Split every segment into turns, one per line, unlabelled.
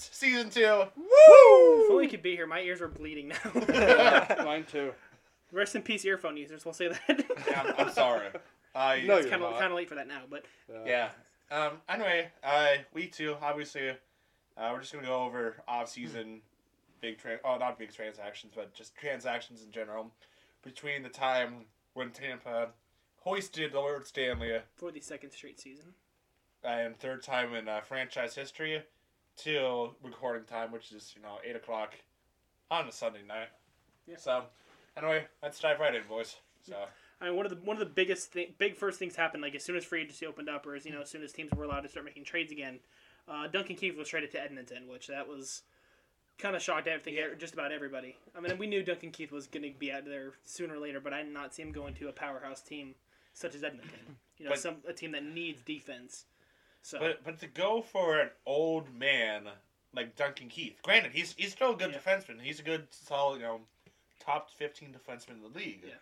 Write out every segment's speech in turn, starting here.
season two.
If
Woo!
only you could be here. My ears are bleeding now.
Yeah, mine too.
Rest in peace, earphone users. We'll say that.
Yeah, Oh, I'm- I'm sorry. I
No,
It's
you're
kind of
not.
kind of late for that now, but
yeah. Um. Anyway, uh, we too obviously, uh, we're just gonna go over off season, big trans. Oh, not big transactions, but just transactions in general, between the time when Tampa hoisted the Lord Stanley
for the second straight season,
and third time in uh, franchise history, till recording time, which is you know eight o'clock on a Sunday night.
Yeah.
So, anyway, let's dive right in, boys. So.
I mean, one of the one of the biggest thi- big first things happened. Like as soon as free agency opened up, or as you know, as soon as teams were allowed to start making trades again, uh, Duncan Keith was traded to Edmonton, which that was kind of shocked everything, just about everybody. I mean, we knew Duncan Keith was going to be out there sooner or later, but I did not see him going to a powerhouse team such as Edmonton. You know,
But-
some a team that needs defense. So
But but to go for an old man like Duncan Keith, granted he's he's still a good
Yeah.
defenseman. He's a good solid, you know, top 15 defenseman in the league.
Yeah.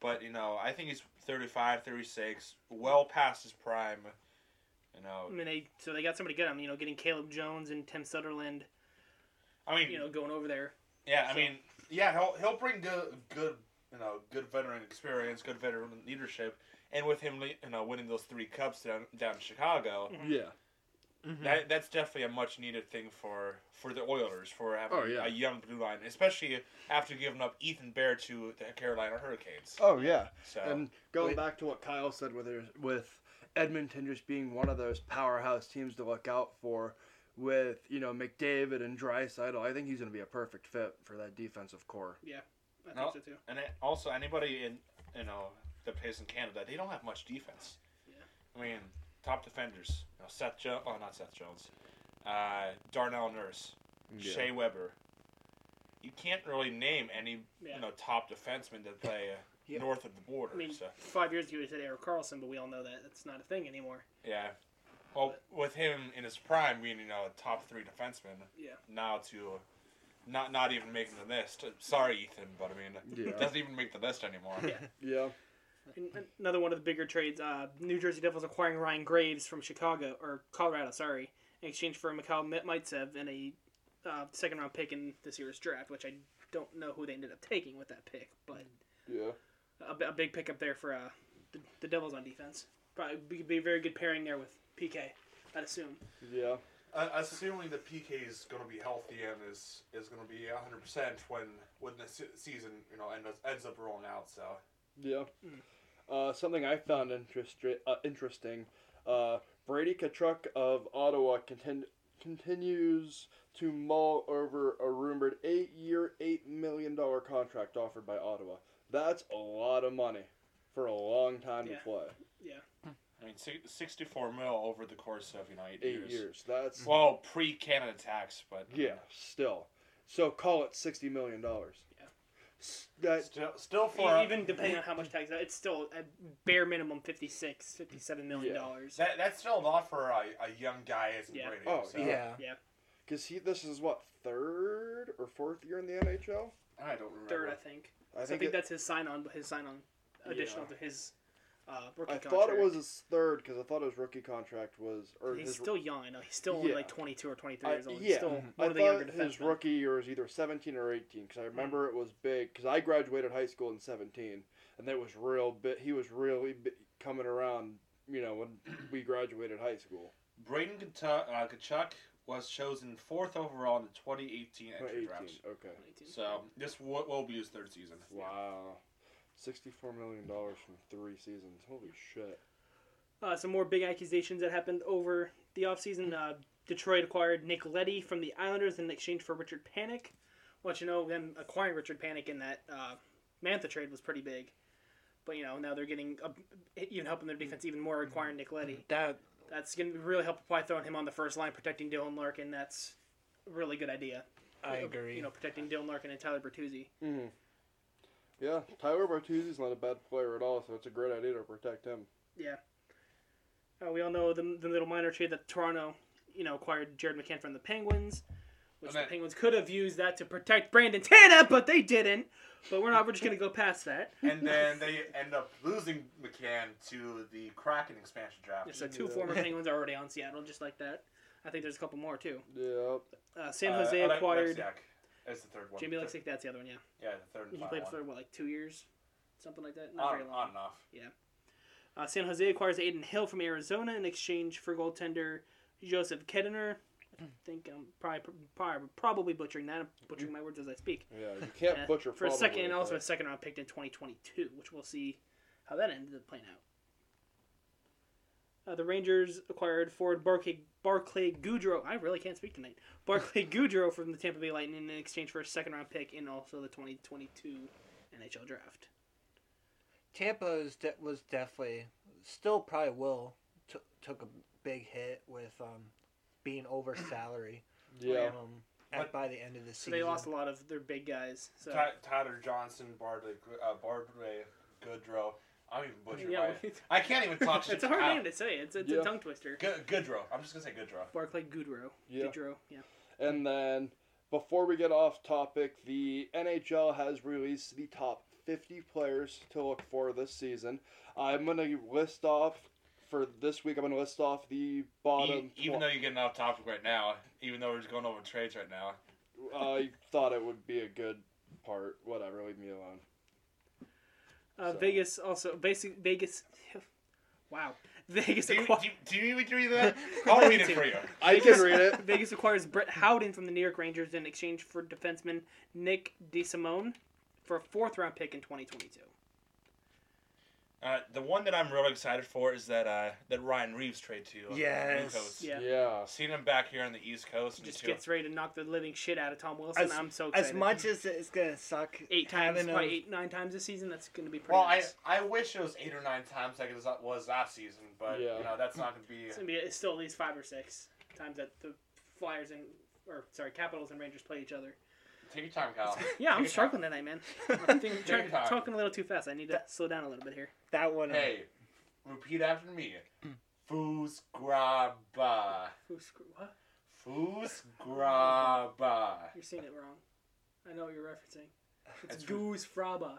But you know, I think he's 35, 36, well past his prime. You know,
I mean, they so they got somebody good. I mean, you know, getting Caleb Jones and Tim Sutherland,
I mean,
you know, going over there.
yeah, I
so-
mean, yeah, he'll he'll bring good good you know good veteran experience, good veteran leadership, and with him le- you know winning those three cups down down in Chicago,
Yeah. Mm-hmm.
That that's definitely a much needed thing for for the Oilers for having
Oh, yeah.
a young blue line, especially after giving up Ethan Bear to the Carolina Hurricanes.
Oh yeah.
So
And going
Wait.
back to what Kyle said, with there's- with Edmonton just being one of those powerhouse teams to look out for, with you know McDavid and Drysaitel, I think he's going to be a perfect fit for that defensive core.
I think
No.
so too.
and it- also anybody in you know the place in Canada, they don't have much defense.
Yeah.
I mean, top defenders, you know, Seth Jones, oh not Seth Jones, uh, Darnell Nurse, Shea Weber. You can't really name any
Yeah.
you know top defensemen that play uh,
Yeah.
north of the border.
I mean,
so.
five years ago you said Eric Carlson, but we all know that that's not a thing anymore.
Yeah. Well, with him in his prime being, you know, a top three defenseman,
Yeah.
now to uh, not not even making the list. uh, Sorry, Ethan, but I mean,
Yeah.
it doesn't even make the list anymore.
Yeah.
Yeah.
And another one of the bigger trades: uh, New Jersey Devils acquiring Ryan Graves from Chicago or Colorado, sorry, in exchange for Mikhail Mi- Mitsev and a uh, second-round pick in this year's draft, which I don't know who they ended up taking with that pick, but
Yeah.
a, bi- a big pickup there for uh, the, the Devils on defense. Probably be, be a very good pairing there with PK, I'd assume.
Yeah.
Uh, assuming that PK is going to be healthy and is is going to be 100% when when the season, you know, ends, ends up rolling out, so.
Yeah.
Hmm.
Uh, something I found interestri- uh, interesting. Uh, Brady Kachuk of Ottawa contin- continues to mull over a rumored eight-year, eight million dollar contract offered by Ottawa. That's a lot of money for a long time
Yeah.
to play.
I mean, si- 64 mil over the course of, you know, eight,
Eight years. That's
Well, pre Canada tax, but. uh,
yeah, still. So call it sixty million dollars.
Yeah.
That
Still, still
E-
for.
Even depending on how much tax, it's still a bare minimum 56, 57 million
Yeah.
dollars.
That, that's still a lot for a, a young guy as
Yeah.
Brady.
Oh,
so.
Yeah.
because he this is what third or fourth year in the NHL.
I don't remember.
Third, I think.
I
So I think,
it-
that's his sign on, his sign on additional
Yeah.
to his uh, rookie
I
contract.
thought it was his third because I thought his rookie contract was or
He's
his
still young. I know he's still only
Yeah.
like 22 or 23
I-
years old. He's
yeah.
still
Mhm.
I
one of the younger
thought his
defensemen. Mm.
rookie year was either 17 or 18 because I remember it was big because I graduated high school in 17 and that was real bit. He was really bi coming around, you know, when we graduated high school.
Braden Kachuk, uh, Kachuk was chosen fourth overall in the 2018
Or
entry
18.
draft.
Okay.
22.
So this w- will be his third season.
Wow. Sixty-four million dollars from three seasons. Holy shit!
Uh, some more big accusations that happened over the offseason. Uh, Detroit acquired Nick Letty from the Islanders in exchange for Richard Panic. What you know, them acquiring Richard Panic in that uh, Mantha trade was pretty big. But, you know, now they're getting, uh, even helping their defense even more, acquiring Nick Letty.
That
That's going to really help by throwing him on the first line, protecting Dylan Larkin. That's a really good idea.
I agree.
You know, protecting Dylan Larkin and Tyler Bertuzzi.
hmm Yeah, Tyler Bertuzzi's not a bad player at all, so it's a great idea to protect him.
Uh, we all know the, the little minor trade that Toronto, you know, acquired Jared McCann from the Penguins, which
Okay.
the Penguins could have used that to protect Brandon Tana, but they didn't. But we're not. We're just gonna go past that.
And then they end up losing McCann to the Kraken expansion draft.
So two former Penguins are already on Seattle, just like that. I I think there's a couple more too.
Yep.
Uh, San Jose acquired
That's the third one.
Jamie
The-
Lexiak. That's the other one. Yeah,
Yeah, the third and
he
final
played
one.
for what like two years, something like that. Not
on,
very long.
on and off.
Uh, San Jose acquires Aiden Hill from Arizona in exchange for goaltender Joseph Kediner. I think I'm probably, probably, probably butchering that. I'm butchering my words as I speak.
Yeah, you can't
Uh,
butcher
for a second,
probably,
and also a
but-
second round pick in 2022, which we'll see how that ended up playing out. Uh, the Rangers acquired forward Barclay, Barclay Goudreau. I really can't speak tonight. Barclay Goudreau from the Tampa Bay Lightning in exchange for a second round pick and also the 2022 NHL draft.
Tampa is de- was definitely still probably will t- took a big hit with um, being over salary.
Yeah.
Um, at,
But-
by the end of the
So
season,
they lost a lot of their big guys. So
Ty- Tyler Johnson, Bartley, uh, Bartley Goodrow. I'm even butchering
yeah,
my- I can't even talk shit.
it's a hard
Ah,
name to say. It's, it's
Yeah.
a tongue twister.
Good, Goodrow. I'm just gonna say Goodrow.
Barclay Goudreau.
Yeah.
Goudreau. Yeah.
And then before we get off topic, the NHL has released the top 50 players to look for this season. I'm going to list off for this week. I'm going to list off the bottom.
E- even though you're getting off topic right now, even though we're just going over trades right now,
tw- I thought it would be a good part. Whatever, leave me alone.
Uh,
So-
Vegas also. Basic Vegas. wow. Vegas
do you,
acquired.
do, you, do you need me to read that? I'll read it for you.
I can read it.
Vegas acquires Brett Howden from the New York Rangers in exchange for defenseman Nick DeSimone for a fourth round pick in 2022.
Uh, the one that I'm really excited for is that uh, that Ryan Reeves trade to uh,
Yes.
Blue Coats.
Yeah.
Yeah.
Seeing him back here on the East Coast, and
Just
too-
gets ready to knock the living shit out of Tom Wilson.
As-
I'm so excited.
As much as it's gonna suck,
eight times,
having
probably
him-
eight nine times this season. That's going to be pretty.
Well, I
nice.
I wish it was eight or nine times like it was- uh, was last season, but
Yeah.
you know that's not gonna be.
It's going to be it's still at least five or six times that the Flyers and or sorry Capitals and Rangers play each other.
Take your time, Kyle.
Yeah, I'm
Take your time.
struggling tonight, man. I think I'm
Take your
trying-
time.
talking a little too fast. I need to slow down a little bit here.
that one. uh,
Hey, repeat after me. Foos grabba.
Who's screw- what?
Foos grabba.
You're saying it wrong. I know what you're referencing. It's
That's-
Goose Fraba.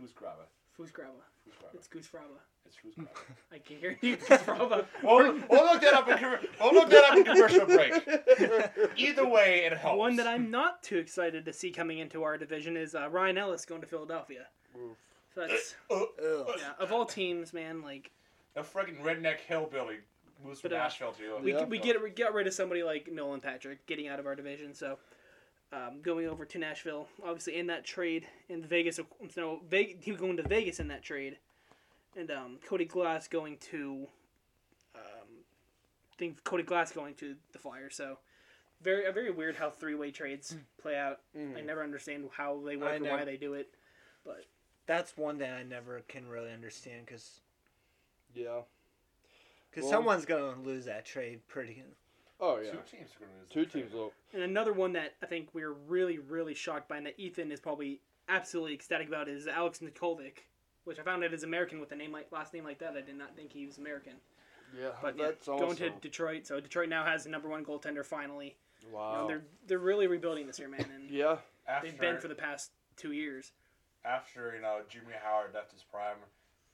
Foos grabba.
Foos Grabba.
Foos grabba.
It's Goose Fraba.
It's foos grabba.
I can hear you, Goose Fraba.
We'll, we'll look that up in commer- we'll look that up in commercial break. Either way, it helps.
One that I'm not too excited to see coming into our division is uh, Ryan Ellis going to Philadelphia.
Oof.
So that's
Uh,
ugh.
yeah, of all teams, man. Like
a friggin' redneck hillbilly moves from
But, uh,
Nashville Oh, too.
we,
Yeah.
we get we got rid of somebody like Nolan Patrick getting out of our division. So um, going over to Nashville, obviously in that trade in Vegas. No, Vegas, he was going to Vegas in that trade, and um, Cody Glass going to. Um, I think Cody Glass going to the Flyers. So. Very, very weird how three-way trades play out. I never understand how they work
Mm. I
and
know.
why they do it.
That's one that I never can really understand because
Yeah. Well-
someone's gonna lose that trade pretty.
Oh,
Two
yeah.
teams are gonna lose.
Two
the trade.
teams will.
And another one that I think we're really, really shocked by, and that Ethan is probably absolutely ecstatic about, is Alex Nikovic, which I found out is American with a name like last name like that. I did not think he was American,
Yeah.
but yeah,
Oh, that's also.
going to Detroit, so Detroit now has the number one goaltender finally. You know,
wow.
they're they're really rebuilding this year, man, and
Yeah.
After,
they've been for the past two years.
after you know Jimmy Howard left his prime,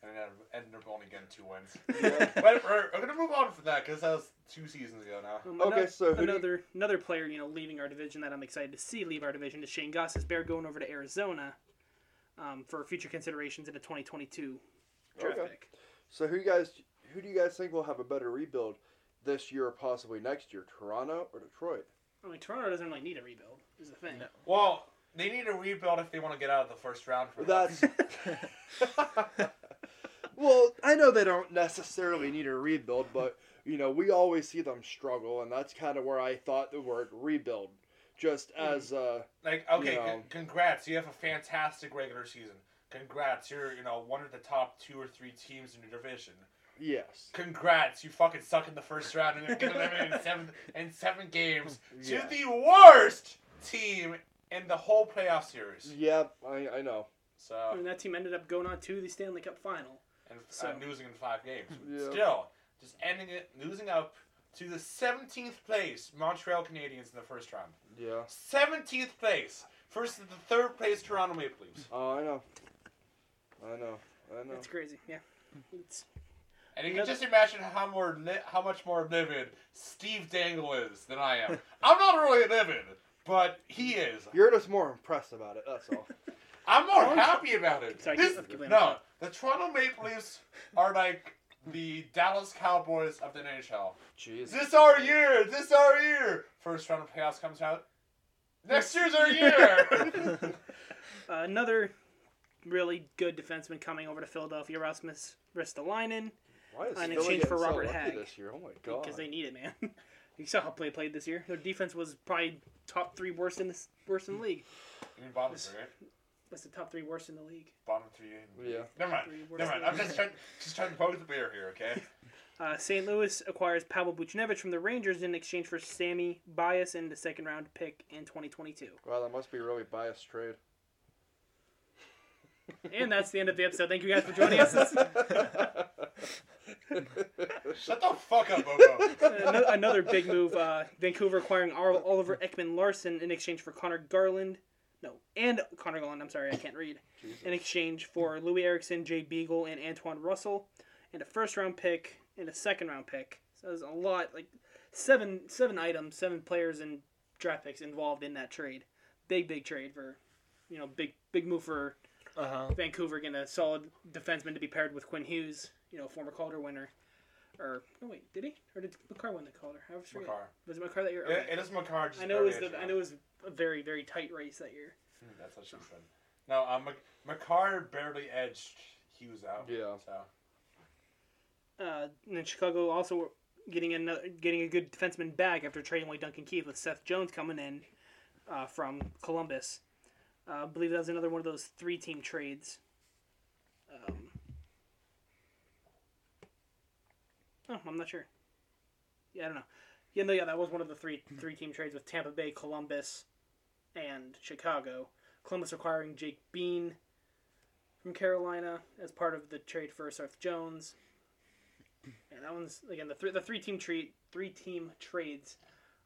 and then ended up only getting two wins.
Yeah.
Um,
but we're, we're gonna move on from that because that was two seasons ago now.
Um,
Okay,
ano-
so who do you-
another another player, you know, leaving our division that I'm excited to see leave our division is Shane Goss's bear going over to Arizona um, for future considerations in the 2022 draft
Okay.
pick.
So who you guys who do you guys think will have a better rebuild this year or possibly next year? Toronto or Detroit?
I mean, Toronto doesn't really need a rebuild, is the thing.
No.
Well, they need to rebuild if they want to get out of the first round. For
That's Well, I know they don't necessarily need a rebuild, but you know, we always see them struggle and that's kind of where I thought the word rebuild just as uh
like okay,
Yeah.
con- congrats, you have a fantastic regular season. Congrats, you're you know one of the top two or three teams in your division.
yes.
Congrats, you fucking suck in the first round and get eliminated in seven in seven games
Yeah.
to the worst team in the whole playoff series.
Yep, I I know.
I
So
mean, that team ended up going on to the Stanley Cup final.
and uh,
So-
losing in five games.
Yeah.
Still, just ending it, losing up to the 17th place Montreal Canadiens in the first round.
Yeah.
17th place versus the third place Toronto Maple Leafs.
Oh, I know. I know. I know.
That's crazy. Yeah. It's
And you can
Another-
just imagine how more li- how much more livid Steve Dangle is than I am. I'm not really livid, but he is.
You're just more impressed about it. That's all.
I'm more
Toronto-
happy about it.
Sorry,
This-
keep- keep laying
no,
on
the Toronto Maple Leafs are like the Dallas Cowboys of the NHL. Is
Jeez.
this our year? Is This our year? First round of playoffs comes out. Next year's our year.
uh-huh.
Uh, another really good defenseman coming over to Philadelphia, Rasmus Ristolainen,
Why is
In
Philly
exchange
getting
for
so
Robert
lucky
Hag.
this year? Oh my god.
because they need it, man. you saw how Play played this year. Their defense was probably top three worst in this worst in the league.
You mean bottom three, right?
That's the top three worst in the league.
Bottom three. in-
Yeah.
Never mind.
Three worst
Never mind.
in the
I'm just trying, just trying to poke the beer here, okay?
Uh, St. Louis acquires Pavel Buchnevich from the Rangers in exchange for Sammy Bias and the second round pick in 2022.
Wow, that must be a really biased trade.
And that's the end of the episode. Thank you guys for joining us. This-
Shut the fuck up, Bobo.
ano- Another big move uh, Vancouver acquiring Ar- Oliver Ekman Larson in exchange for Connor Garland. No, and Connor Garland, I'm sorry, I can't read. In exchange for Louis Erickson, Jay Beagle, and Antoine Russell, and a first round pick and a second round pick. So there's a lot, like seven seven items, seven players and draft picks involved in that trade. Big, big trade for, you know, big, big move for
Uh huh.
Vancouver getting a solid defenseman to be paired with Quinn Hughes, you know, former Calder winner. Or no wait, did he? Or did McCarr win the Calder? I was forget.
McCarr.
Was it McCarr that year?
It,
Okay.
it is Makar. Just
I know it was
barely
the,
a
I know it was a very very tight race that year.
shot. Hmm, That's what she said. No, um, Mac- Makar barely edged Hughes out.
Yeah.
So
Uh, and then Chicago also getting another getting a good defenseman back after trading away Duncan Keith with Seth Jones coming in uh, from Columbus. Uh, I believe that was another one of those three team trades. Um, oh, I'm not sure. Yeah, I don't know. Yeah, no, yeah, that was one of the three three team trades with Tampa Bay, Columbus, and Chicago. Columbus acquiring Jake Bean from Carolina as part of the trade for Seth Jones. And that one's again the three the three team treat three team trades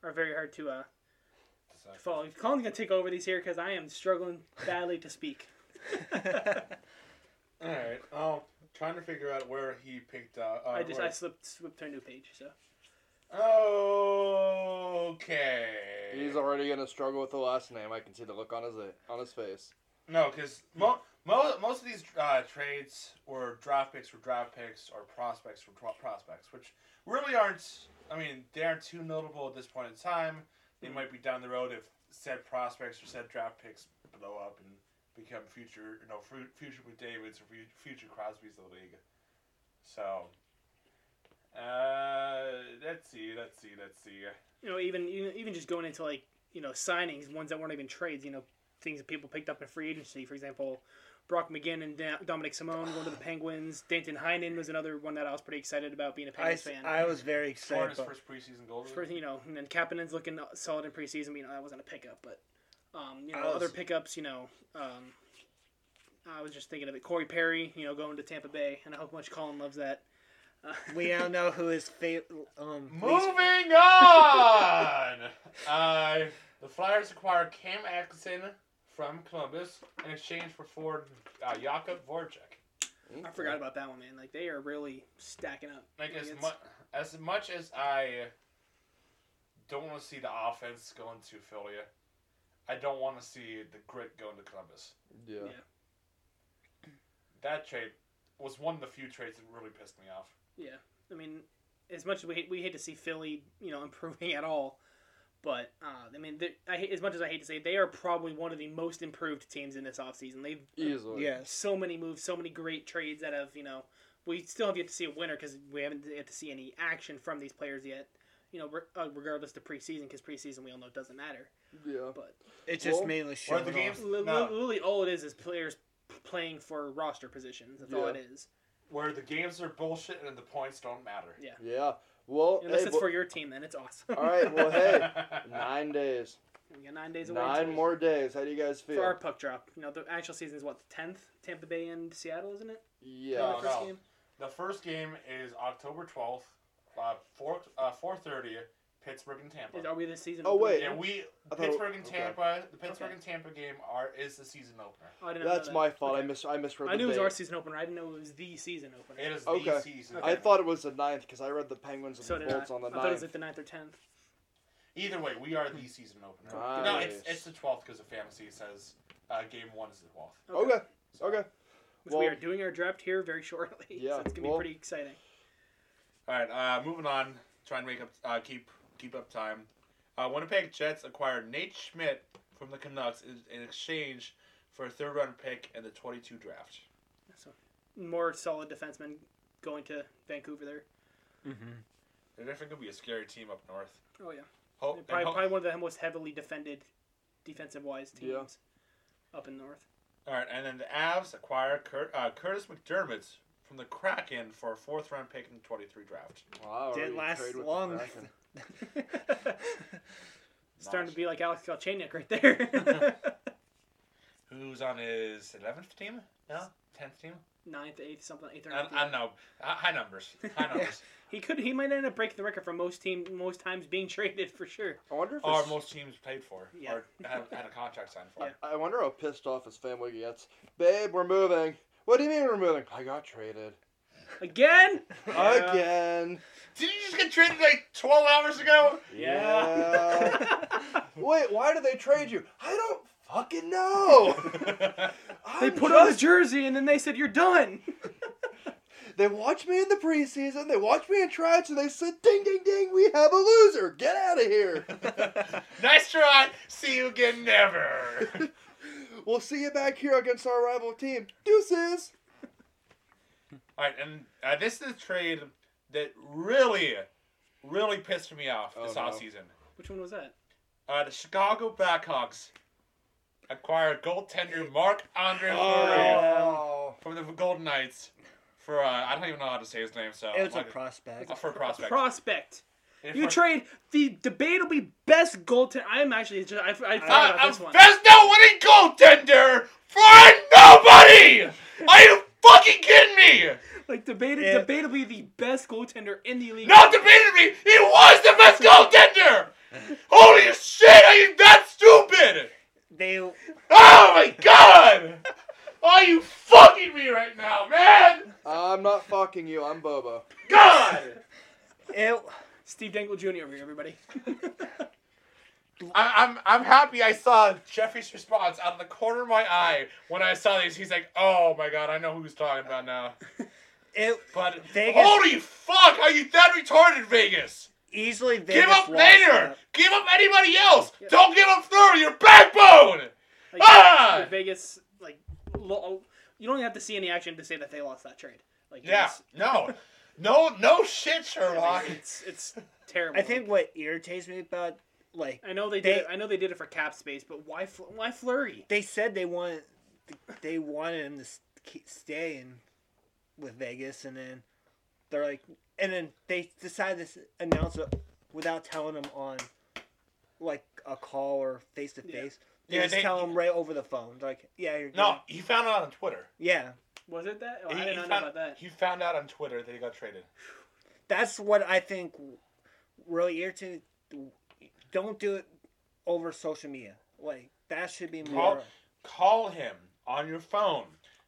are very hard to uh
so-
to follow. Colin's gonna take over these here because I am struggling badly to speak.
All right. Um, trying to figure out where he picked up. Uh,
I just
where-
I slipped slipped to a new page. So
Okay.
He's already gonna struggle with the last name. I can see the look on his on his face.
No, because mo- mo- most of these uh, trades were draft picks were draft picks or prospects were pro- prospects, which really aren't. I mean, they aren't too notable at this point in time. They might be down the road if said prospects or said draft picks blow up and become future, you know, fru- future McDavid's or fu- future Crosby's of the league. So, uh, let's see, let's see, let's see.
you know even even even just going into like you know signings ones that weren't even trades. You know things that people picked up in free agency. For example, Brock McGinn and Da- Dominic Simone going to the Penguins. Danton Heinen was another one that I was pretty excited about being a
I,
Penguins
s-
fan.
I was very
Scored
excited.
his
but-
first preseason goal.
For, you know, and then Kapanen's looking solid in preseason. You know, that wasn't a pickup, but um, you know,
I was-
other pickups. You know, um, I was just thinking of it. Corey Perry, you know, going to Tampa Bay, and I hope much Colin loves that. Uh,
we now know who his favorite. Um, least-
Moving on. uh, the Flyers acquire Cam Atkinson from Columbus in exchange for forward uh, Jakub Voracek.
Mm-hmm.
I forgot about that one, man. Like they are really stacking up.
Like as
it's-
much as much as I don't want to see the offense going to Philly, I don't want to see the grit going to Columbus.
Yeah.
Yeah.
That trade was one of the few trades that really pissed me off.
I mean, as much as we hate, we hate to see Philly, you know, improving at all, but uh, I mean, they- I hate, as much as I hate to say, it, they are probably one of the most improved teams in this offseason. They've
Easily.
Yes.
so many moves, so many great trades that have, you know, we still have yet to see a winner because we haven't yet to see any action from these players yet. You know, re- uh, regardless to preseason, because preseason we all know doesn't matter.
Yeah.
But
It's just
Well,
mainly
Or
showing
the
off.
games
li-
no,
li- really, all it is is players p- playing for roster positions. That's all
Yeah.
it is,
where the games are bullshit and the points don't matter.
Yeah. Well.
unless
hey,
it's
bo-
for your team. Then it's awesome.
all right. Well, hey. Nine days.
we got nine days away.
Nine
till-
more days. How do you guys
for our
feel?
puck drop. You know, the actual season is what the tenth. Tampa Bay and Seattle, isn't it?
Yeah.
The first
no.
game?
The first game is October twelfth, uh, four uh, four thirty. Pittsburgh and Tampa.
Is, are we this season?
Oh,
opener?
wait.
Yeah, we
I thought-
Pittsburgh and
okay.
Tampa. The Pittsburgh
Okay.
and Tampa game are is the season opener.
Oh, I didn't know
That's
that.
my fault. I
Okay.
mis I misread.
I
the
knew it was
date.
our season opener. I didn't know it was the season opener.
It is
Okay.
the season.
I
opener.
thought it was the 9th because I read the Penguins and
so
the
did I.
Bolts on the
I thought it was
9th.
like the 9th or tenth.
Either way, we are
Hmm.
the season opener. No, it's
Nice.
it's the twelfth because of fantasy It says uh, game one is the twelfth.
Okay. Okay.
Which we
Well-
are doing our draft here very shortly.
Yeah,
so it's gonna
well-
be pretty exciting.
All right, uh, moving on. Try and make up, uh, keep keep up time. Uh, Winnipeg Jets acquired Nate Schmidt from the Canucks in, in exchange for a third round pick in the twenty two draft.
So more solid defensemen going to Vancouver there.
Mm-hmm.
They're definitely gonna be a scary team up north.
Oh yeah,
Ho-
They're
and
probably,
ho-
probably one of the most heavily defended defensive wise teams
Yeah.
up in north.
All right, and then the Avs acquire Cur- uh, Curtis McDermott from the Kraken for a fourth round pick in the twenty three draft.
Wow.
Didn't
already
last
trade with the
long.
Kraken.
Starting
Nice.
to be like Alex Galchenyuk right there.
Who's on his eleventh team? No, tenth team.
Ninth, eighth, something, eighth or
I,
ninth.
I don't know. Uh, High numbers. High numbers.
He could. He might end up breaking the record for most team, most times being traded for sure.
I wonder if
Or
his-
most teams paid for.
Yeah.
Or had, had a contract signed for.
Yeah.
I wonder how pissed off his family gets. Babe, we're moving. What do you mean we're moving? I got traded
Again. Yeah.
again.
Did you just get traded like 12 hours ago?
Yeah. Wait, why did they trade you? I don't fucking know.
they
I'm
put on the
just-
jersey and then they said you're done.
They watch me in the preseason. They watch me in tryouts, and they said, "Ding, ding, ding! We have a loser. Get out of here.
nice try. See you again never.
we'll see you back here against our rival team. Deuces."
All right, and uh, this is a trade that really, really pissed me off
Oh,
this
no.
offseason.
Which one was that?
Uh, the Chicago Blackhawks acquired goaltender Mark Andre Fleury
Oh,
from the Golden Knights for, uh, I don't even know how to say his name, so.
it was a
like,
prospect.
uh, for a prospect.
Prospect.
And
You
for-
trade the debatably best goaltender. I am actually just. I, I forgot
Uh,
about this
a
one.
Vesna winning goaltender for a nobody! Are you fucking kidding me?
Like debated,
Yeah.
debatably the best goaltender in the league.
Not debating me, he was the best goaltender! Holy shit, are you that stupid?
They
Oh my god! Are you fucking me right now, man?
I'm not fucking you. I'm Bobo.
God!
it
Steve Dangle Jr. over here, everybody.
I, I'm I'm happy I saw Jeffrey's response out of the corner of my eye when I saw these. He's like, oh my god, I know who he's talking about now.
it
But
Vegas-
holy fuck, are you that retarded, Vegas?
easily Vegas
give up
lost
Laner!
that.
Give up anybody else!
Yeah.
Don't give up Flurry, your backbone!
Like,
Ah!
like Vegas, like lo- you don't have to see any action to say that they lost that trade. Like
Yeah,
it's-
no. No no shit, Sherlock.
it's it's terrible.
I think what irritates me about like
I know they,
They-
did. It, I know they did it for cap space, but why? Fl- Why flurry?
they said they want they wanted him to s- keep- stay in with Vegas, and then they're like, and then they decided to s- announce it without telling him on like a call or face to face. They
Yeah,
just
they-
tell him right over the phone. They're like, yeah, you're
No,
gonna-
he found out on Twitter.
yeah.
Was it that? Oh,
He-
I
he
did not know
found-
about that.
He found out on Twitter that he got traded.
That's what I think really irritated. Don't do it over social media. Like that should be more.
Call him on your phone.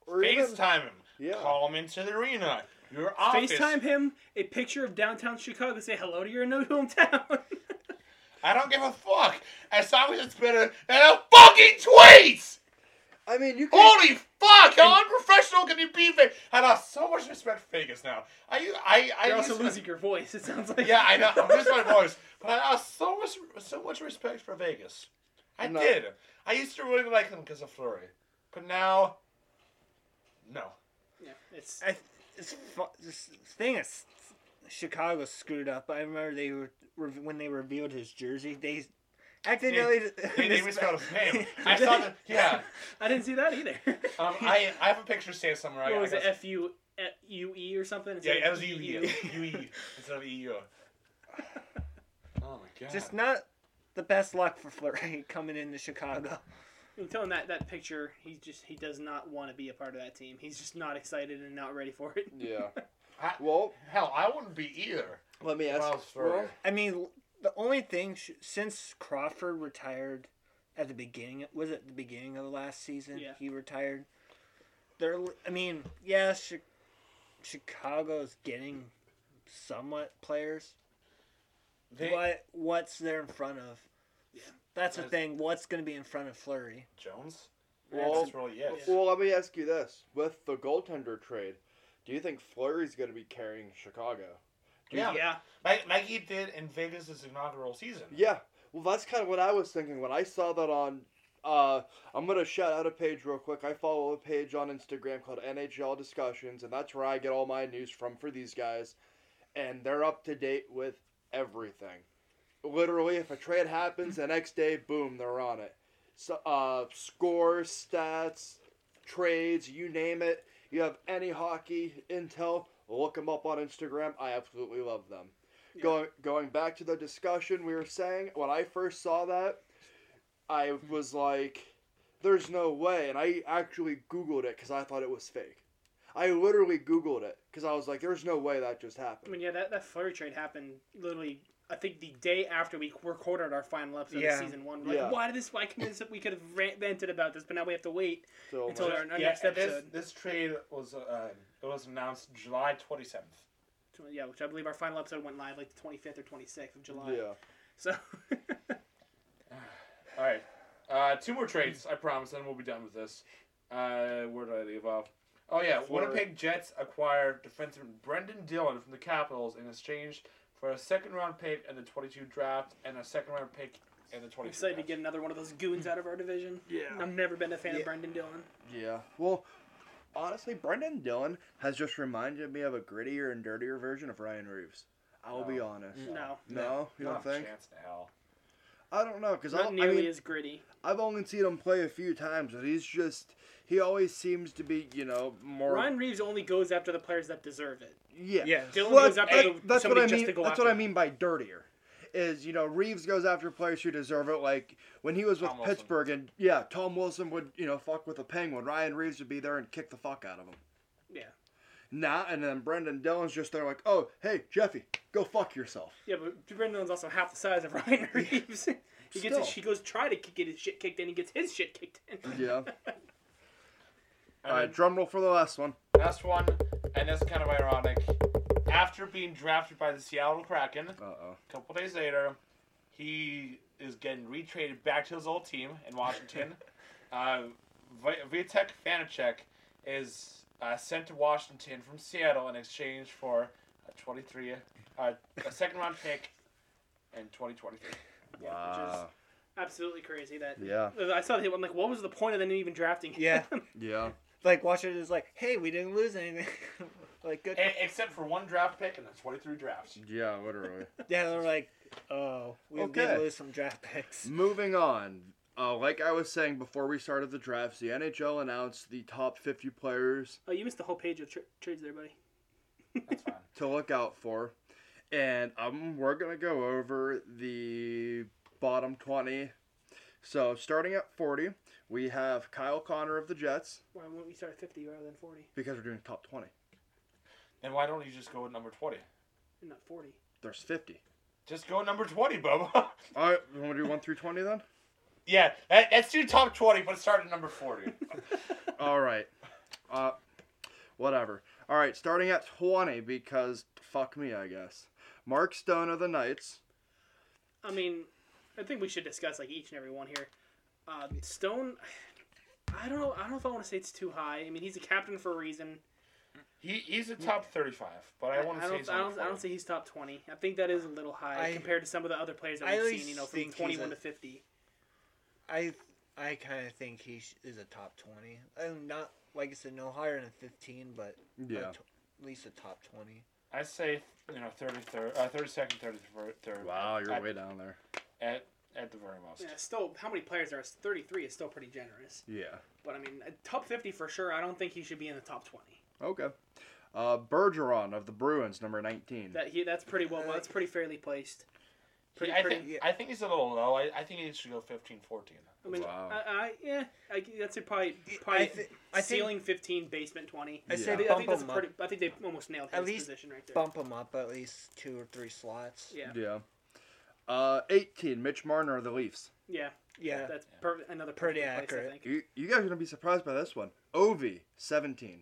Or even-
FaceTime him.
Yeah.
Call him into the arena. Your office.
FaceTime him a picture of downtown Chicago. and Say hello to your new hometown.
I don't give a fuck. As long as it's better than a fucking tweet!
I mean, you can.
Holy fuck! How unprofessional can you be? Ve- I lost so much respect for Vegas now. I I I
You're
used
also
to-
losing your voice. It sounds like
Yeah, I know. I'm losing my voice, but I lost so much so much respect for Vegas. I
No.
did. I used to really like them because of Flurry, but now, no.
Yeah, it's
I this, fu- this thing is Chicago screwed up. I remember they were re- when they revealed his jersey. They accidentally
They didn't even spell his name. I saw the yeah.
I didn't see that either.
Um, I I have a picture saved somewhere. I,
what was
I
it?
guess-
F U U E or something? It's
yeah,
like
it was U
EU.
E U E instead of E U. Oh my god!
Just not the best luck for Flurry coming into Chicago.
I'm telling that that picture, he just he does not want to be a part of that team. He's just not excited and not ready for it.
Yeah.
I-
Well,
hell, I wouldn't be either.
let me
If I
ask.
was Fleury.
well,
I mean, the only thing sh- since Crawford retired at the beginning was it the beginning of the last season
Yeah.
he retired. There, I mean, yeah, Chi- Chicago's getting somewhat players.
They,
what what's there in front of?
Yeah.
That's the
That's-
thing. What's going to be in front of Flurry?
Jones?
Well,
That's really it.
Yeah.
well, let me ask you this: with the goaltender trade, do you think Fleury's going to be carrying Chicago?
Yeah.
yeah.
Like, like he did in Vegas' inaugural season.
Yeah. Well, that's kind of what I was thinking when I saw that on. Uh, I'm gonna shout out a page real quick. I follow a page on Instagram called NHL Discussions, and that's where I get all my news from for these guys, and they're up to date with everything. Literally, if a trade happens, the next day, boom, they're on it. So, uh, scores, stats, trades, you name it. You have any hockey intel, look them up on Instagram. I absolutely love them.
Yeah.
Going going back to the discussion we were saying, when I first saw that, I was like, "There's no way," and I actually Googled it because I thought it was fake. I literally Googled it because I was like, "There's no way that just
I
happened."
mean, yeah, that, that flurry trade happened literally. I think the day after we recorded our final episode of
Yeah.
season one, we're like,
Yeah.
why did this? Why couldn't this? We could have rant- vented about this, but now we have to wait
So
until
my-
our, our
yeah,
next
and this,
episode.
this trade was uh, it was announced July 27th.
Yeah, which I believe our final episode went live like the 25th or 26th of July.
yeah.
So,
All right, uh, two more trades, I promise, and we'll be done with this. Uh, where did I leave off? Oh yeah,
Flurry.
Winnipeg Jets acquire defenseman Brendan Dillon from the Capitals in exchange for a second round pick in the 22 draft and a second round pick in the 22.
I'm excited to
draft.
get another one of those goons out of our division.
Yeah.
I've never been a fan
Yeah.
of Brendan Dillon.
Yeah. Well, honestly, Brendan Dillon has just reminded me of a grittier and dirtier version of Ryan Reeves. I'll be
No.
Oh.
honest.
No.
No,
No, you
Not
don't think?
a Oh, chance in hell.
I don't know because I, I
not nearly
mean,
as gritty.
I've only seen him play a few times, but he's just he always seems to be you know more
Ryan Reeves only goes after the players that deserve it.
yeah.
Dillon
Well,
goes
that's, eh,
after the,
that's what
somebody
I
just
mean.
to go
That's
after.
what I mean by dirtier. Is you know Reeves goes after players who deserve it. Like when he was with
Tom Wilson.
Pittsburgh, and yeah, Tom Wilson would you know fuck with a penguin. Ryan Reeves would be there and kick the fuck out of him.
Yeah.
Nah, and then Brendan Dillon's just there like, oh, hey, Jeffy, go fuck yourself.
Yeah, but Brendan Dillon's also half the size of Ryan Reeves. he gets
Still.
his, he goes try to k- get his shit kicked in. He gets his shit kicked in.
Yeah. All
And
Uh,
right, drum roll for the last one.
Last one, and that's kind of ironic. After being drafted by the Seattle Kraken,
Uh oh.
a couple days later, he is getting retraded back to his old team in Washington. uh, Vi- Vitek Vanacek is uh, sent to Washington from Seattle in exchange for a 23, uh, a second round pick in 2023.
Wow. Absolutely crazy that. Uh,
Yeah.
I saw that. I'm like, what was the point of them even drafting him?
Yeah.
Yeah.
Like Washington is like, hey, we didn't lose anything. like good.
Eh.
E- except for one draft pick in the 23 draft.
Yeah. Literally.
Yeah, they're like, oh, we
Okay.
did lose some draft picks.
Moving on. Uh, like I was saying before we started the drafts, the NHL announced the top 50 players
Oh, you missed the whole page of tr trades there, buddy.
That's fine.
to look out for, and um, we're gonna go over the bottom 20. So starting at 40, we have Kyle Connor of the Jets
Why wouldn't we start at 50 rather than 40?
because we're doing top 20.
And why don't you just go with number 20?
And not 40.
There's 50.
Just go number 20, Bobo.
All right, you want to do one through 20 then?
yeah, that, that's your top 20, but start at number 40.
All right. Uh, whatever. All right, starting at 20 because fuck me, I guess. Mark Stone of the Knights.
I mean, I think we should discuss like each and every one here. Uh, Stone, I don't know. I don't know if I want to say it's too high. I mean, he's a captain for a reason.
He, he's a top 35, but I want to
I
say
don't.
he's
I
number
don't, I
40.
don't say he's top 20. I think that is a little high
I-
compared to some of the other players that
I
we've
always
seen. You know, from
think he's
21
a-
to 50.
I I kind of think he sh- is a top 20. I'm not, like I said, no higher than 15, but a
Yeah.
t- at least a top 20.
I say you know thirty third, uh, thirty second, thirty third.
Wow, you're
at,
way down there.
at at the very most.
Yeah, still, how many players are? 33 is still pretty generous.
Yeah.
But I mean, a top 50 for sure. I don't think he should be in the top 20.
Okay. Uh, Bergeron of the Bruins, number 19.
That he. That's pretty well. well that's pretty fairly placed. Pretty,
I
pretty,
think I think he's a little low. I, I think he should go 15, 14.
I mean,
Wow.
I, I, yeah, I, that's a probably, probably
I, thi- I think
ceiling 15, basement 20.
I
Yeah.
say
I think, I
bump
think that's a
him up.
pretty. I think they almost nailed his
At least
position right there.
Bump him up at least two or three slots.
Yeah.
Yeah. Uh, 18. Mitch Marner of the Leafs.
Yeah,
Yeah.
that's per- another
Pretty
perfect place,
accurate.
I think.
You, you guys are gonna be surprised by this one. Ovi 17.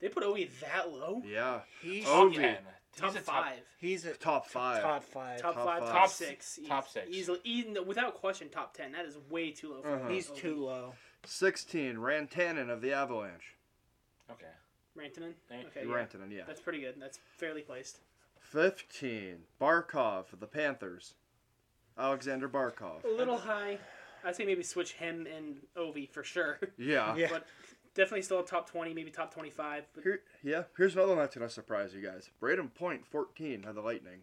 They put Oe that low.
Yeah.
He's
Oh,
Top
Ovi.
ten.
Top
He's a
five.
he's a
Top five.
top five.
Top,
Top
five,
five.
top
Top
six,
top
eas-
six.
easily, eas- no, without question, top ten. That is way too low. For E.
Uh-huh.
He's
Ovi.
too low.
16. Rantanen of the Avalanche.
Okay.
Rantanen.
Thank
Okay, yeah.
Rantanen, yeah.
that's pretty good. That's fairly placed.
15. Barkov of the Panthers. Alexander Barkov.
A little high. I'd say maybe switch him and Ovi for sure,
Yeah.
Yeah.
but definitely still top twenty, maybe top twenty-five. But
Here, yeah, here's another one that's gonna surprise you guys. Braden Point, 14, of the Lightning.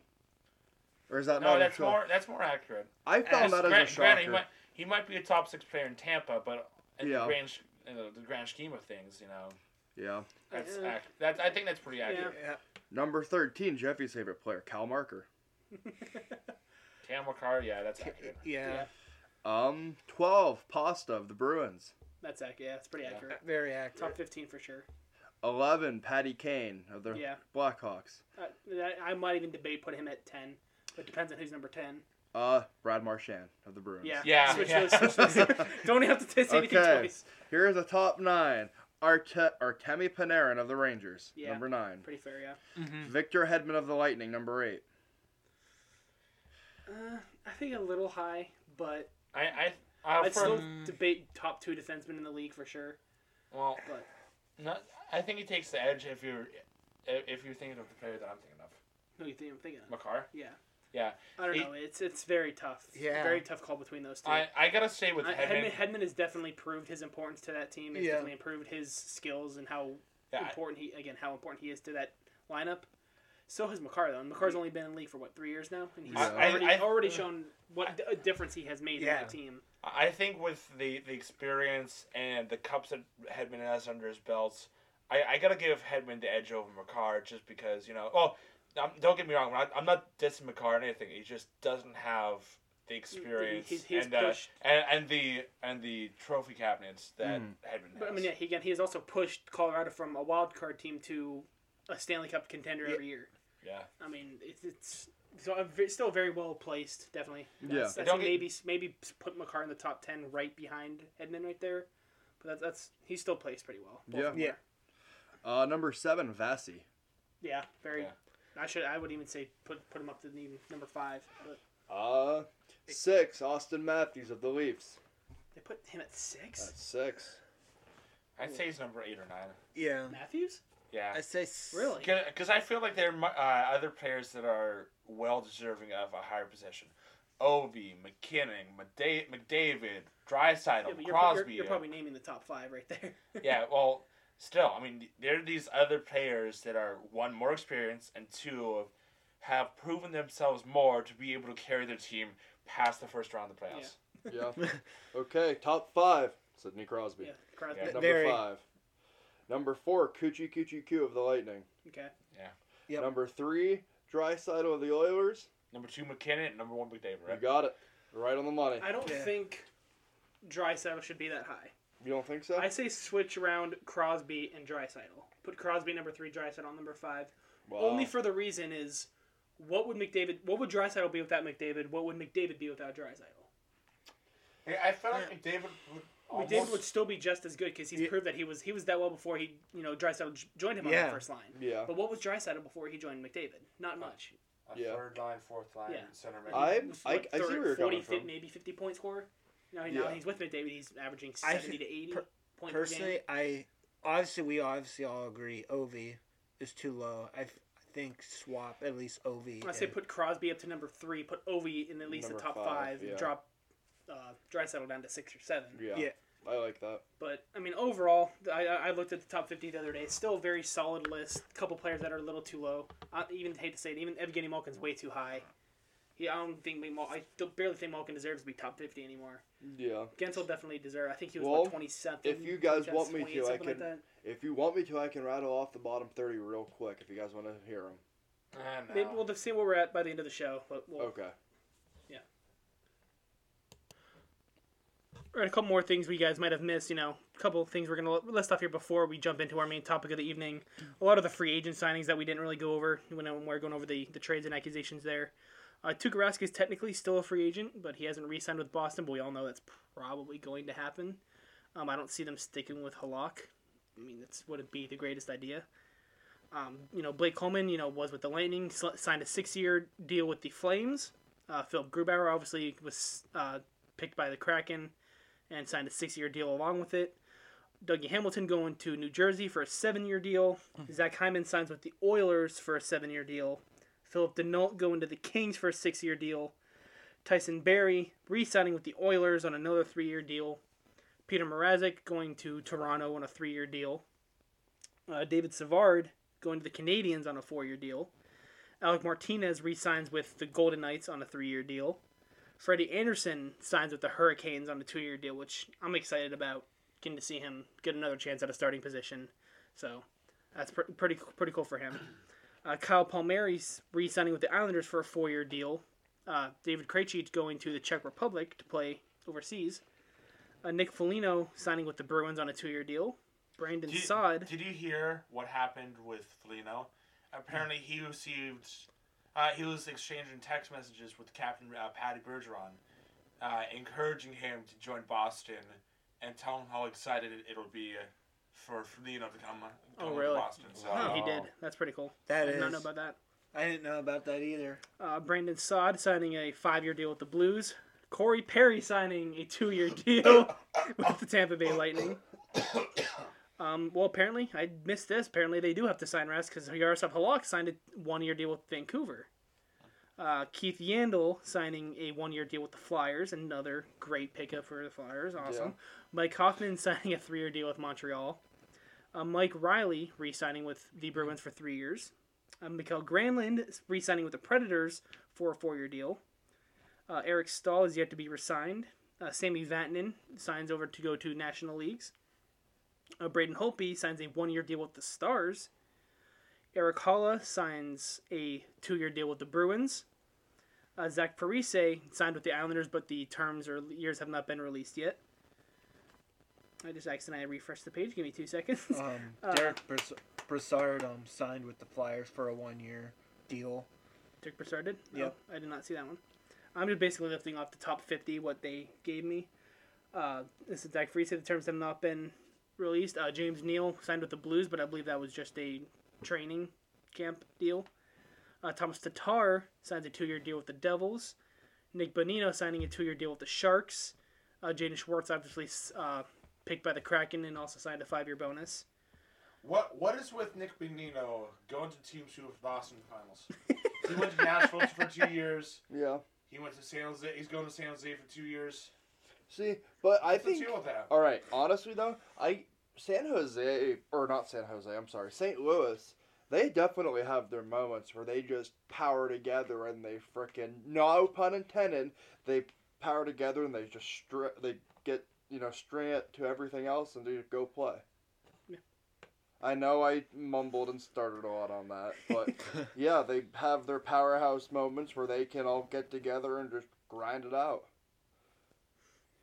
Or is that
No,
not
that's
a shock?
more. That's more accurate.
I
Yes,
found that
gran-
as a shocker.
Granted, he might, he might be a top six player in Tampa, but in
Yeah.
the grand, sch- you know, the grand scheme of things, you know,
Yeah.
that's
Uh,
ac- that I think that's pretty accurate.
Yeah.
Number 13, Jeffy's favorite player, Cal Marker.
Tam Wakar, yeah, that's accurate.
Yeah.
Um, 12, Pasta of the Bruins.
that's accurate. Yeah, that's pretty
Yeah.
accurate.
Very
Top
accurate.
fifteen for sure.
11, Patty Kane of the
Yeah.
Blackhawks.
Uh, that- I might even debate put him at ten, but depends on who's number ten.
Uh, Brad Marchand of the Bruins.
Yeah,
Yeah,
Switch
yeah.
those, switch those. Don't have to say anything
Okay.
twice.
Here's the top nine. Arte- Artemi Panarin of the Rangers,
Yeah.
number nine.
Pretty fair, yeah.
Victor Hedman of the Lightning, number eight.
Uh, I think a little high, but
I, I, uh,
I'd
for,
still debate top two defensemen in the league for sure.
well,
But-
not, I think he takes the edge if you're if you're thinking of the player that I'm thinking of,
No, you think I'm thinking? Of.
Makar.
Yeah.
Yeah.
I don't
He-
know. It's it's very tough.
Yeah.
Very tough call between those two.
I, I gotta say with
I-
Hedman,
Hedman, Hedman has definitely proved his importance to that team. It's
Yeah.
definitely improved his skills and how
yeah, I-
important he again how important he is to that lineup. So has Makar though. And Makar's only been in the league for what three years now, and he's
I-
I-
already,
I-
already shown what d- a difference he has made in
Yeah.
that team.
I think with the, the experience and the cups that Hedman has under his belts, I, I gotta give Hedman the edge over McCarr just because you know. Well, um, don't get me wrong. I'm, I'm not dissing McCarr or anything. He just doesn't have the experience
he's- he's
and, uh,
pushed-
and and the and the trophy cabinets that
Mhm.
Hedman has.
Mm. But I mean, yeah, he, again, he has also pushed Colorado from a wild card team to a Stanley Cup contender
Yeah.
every year.
Yeah.
I mean, it's it's so I'm ve- still very well placed, definitely.
Yeah.
That's, that's
Don't get-
maybe maybe put McCarr in the top ten, right behind Edmund, right there. But that's that's he's still placed pretty well. Both
Yeah.
of them
Yeah.
are.
Uh, number seven, Vasi.
yeah, very.
Yeah.
I should I would even say put put him up to even number five. But
Uh, six, Austin Matthews of the Leafs.
they put him at six.
That's six.
I'd say he's number eight or nine.
Yeah.
Matthews
Yeah.
I say s-
really?
Because I feel like there are mu- uh, other players that are well deserving of a higher position. Ovi, McKinnon, McDa- McDavid, Drysdale,
Yeah, but you're,
Crosby.
you're, you're probably naming the top five right there.
yeah, well, still, I mean, there are these other players that are one more experienced and two have proven themselves more to be able to carry their team past the first round of the playoffs.
Yeah.
Yeah. okay, top five, Sidney Crosby.
yeah, Crosby.
Yeah.
Number
Very.
five. Number four, Coochie Coochie Coo of the Lightning.
Okay.
Yep.
Number three, Drysidle of the Oilers.
Number two, McKinnon. Number one, McDavid. Right?
You got it. Right on the money.
I don't
Yeah.
think Drysaddle should be that high.
You don't think so?
I say switch around Crosby and Drysidle. Put Crosby number three, Drysidle number five.
Wow.
Only for the reason is, what would McDavid? What would Drysidle be without McDavid? What would McDavid be without Drysidle?
Yeah, I felt like McDavid would almost.
McDavid would still be just as good because he's
Yeah.
proved that he was he was that well before he you know Drysidle j- joined him on
Yeah.
the first line.
Yeah.
But what was Drysidle before he joined McDavid? Not much.
a
Yeah.
third line, fourth line,
Yeah.
center.
I-
He was,
I- I see where you're coming
fi-
from.
maybe fifty point scorer. Now, now
Yeah.
he's with McDavid. He's averaging
I
seventy
think
to eighty
per-
points per game.
Personally, I obviously we obviously all agree Ovi is too low. I, f- I think swap at least Ovi.
I say
and-
put Crosby up to number three, put Ovi in at least the
Number
top
five,
five,
yeah.
and drop uh, Drysaddle down to six or seven.
Yeah.
Yeah.
I like that.
But I mean, overall, I, I I looked at the top fifty the other day. It's Still a very solid list. couple players that are a little too low. I even hate to say it, even Evgeny Malkin's way too high. He, I don't think Mal- I don't- barely think Malkin deserves to be top fifty anymore.
Yeah.
Gensel definitely deserved. I think he was
Well,
like twenty seven.
if you guys want me to, I can- If you want me to, I can rattle off the bottom 30 real quick if you guys want to hear them.
I
Maybe we'll just see where we're at by the end of the show. But we'll,
Okay.
or a couple more things we guys might have missed. You know, a couple of things we're gonna list off here before we jump into our main topic of the evening. A lot of the free agent signings that we didn't really go over when when we're going over the, the trades and accusations there. Uh, Tukarask is technically still a free agent, but he hasn't re-signed with Boston. But we all know that's probably going to happen. Um, I don't see them sticking with Halak. I mean, that's wouldn't be the greatest idea. Um, you know, Blake Coleman, you know, was with the Lightning, sl- signed a six-year deal with the Flames. Uh, Philip Grubauer obviously was uh, picked by the Kraken and signed a six-year deal along with it. Dougie Hamilton going to New Jersey for a seven-year deal. Zach Hyman signs with the Oilers for a seven-year deal. Philip Denault going to the Kings for a six-year deal. Tyson Berry re-signing with the Oilers on another three-year deal. Peter Mrazek going to Toronto on a three-year deal. Uh, David Savard going to the Canadians on a four-year deal. Alec Martinez re-signs with the Golden Knights on a three-year deal. Freddie Anderson signs with the Hurricanes on a two-year deal, which I'm excited about. Getting to see him get another chance at a starting position, so that's pr- pretty pretty cool for him. Uh, Kyle Palmieri's re-signing with the Islanders for a four-year deal. Uh, David Krejci's going to the Czech Republic to play overseas. Uh, Nick Foligno signing with the Bruins on a two-year deal. Brandon
Did-
Sod.
Did you hear what happened with Felino? Apparently, he received, uh, he was exchanging text messages with Captain uh, Patty Bergeron, uh, encouraging him to join Boston and tell him how excited it- it'll be for Felino to come, come
Oh,
over
really?
to Boston. So,
Wow.
he did. That's pretty cool.
Oh. That
I did
is.
not know about that.
I didn't know about that either.
Uh, Brandon Sod signing a five-year deal with the Blues. Corey Perry signing a two-year deal with the Tampa Bay Lightning. Um, well, apparently I missed this. Apparently they do have to sign Rask because Yaroslav Halak signed a one-year deal with Vancouver. Uh, Keith Yandel signing a one-year deal with the Flyers. Another great pickup for the Flyers. Awesome. Mike Hoffman signing a three-year deal with Montreal. Uh, Mike Riley re-signing with the Bruins for three years. Uh, Mikael Granlund is re-signing with the Predators for a four-year deal. Uh, Eric Stahl is yet to be re-signed. Uh, Sammy Vatanen signs over to go to National Leagues. Uh, Braden Holtby signs a one-year deal with the Stars. Eric Halla signs a two-year deal with the Bruins. Uh, Zach Parise signed with the Islanders, but the terms or years have not been released yet. I just accidentally refreshed the page. Give me two seconds.
Um,
Uh,
Derek Bris- Brassard um, signed with the Flyers for a one-year deal.
Dirk Broussard did? No,
Yep.
Oh, I did not see that one. I'm just basically lifting off the top 50 what they gave me. Uh, this is Dak Freese. The terms have not been released. Uh, James Neal signed with the Blues, but I believe that was just a training camp deal. Uh, Thomas Tatar signs a two year deal with the Devils. Nick Bonino signing a two year deal with the Sharks. Uh, Jaden Schwartz, obviously uh, picked by the Kraken and also signed a five year bonus.
what what is with Nick Benino going to Team Two of Boston Finals? he went to Nashville for two years.
Yeah.
He went to San Jose. He's going to San Jose for two years.
See, but I
What's the
think.
deal with that?
All right. Honestly, though, I San Jose or not San Jose. I'm sorry, St. Louis. They definitely have their moments where they just power together and they frickin' no pun intended. They power together and they just stri- they get you know string it to everything else and they just go play.
Yeah.
I know I mumbled and started a lot on that, but yeah, they have their powerhouse moments where they can all get together and just grind it out.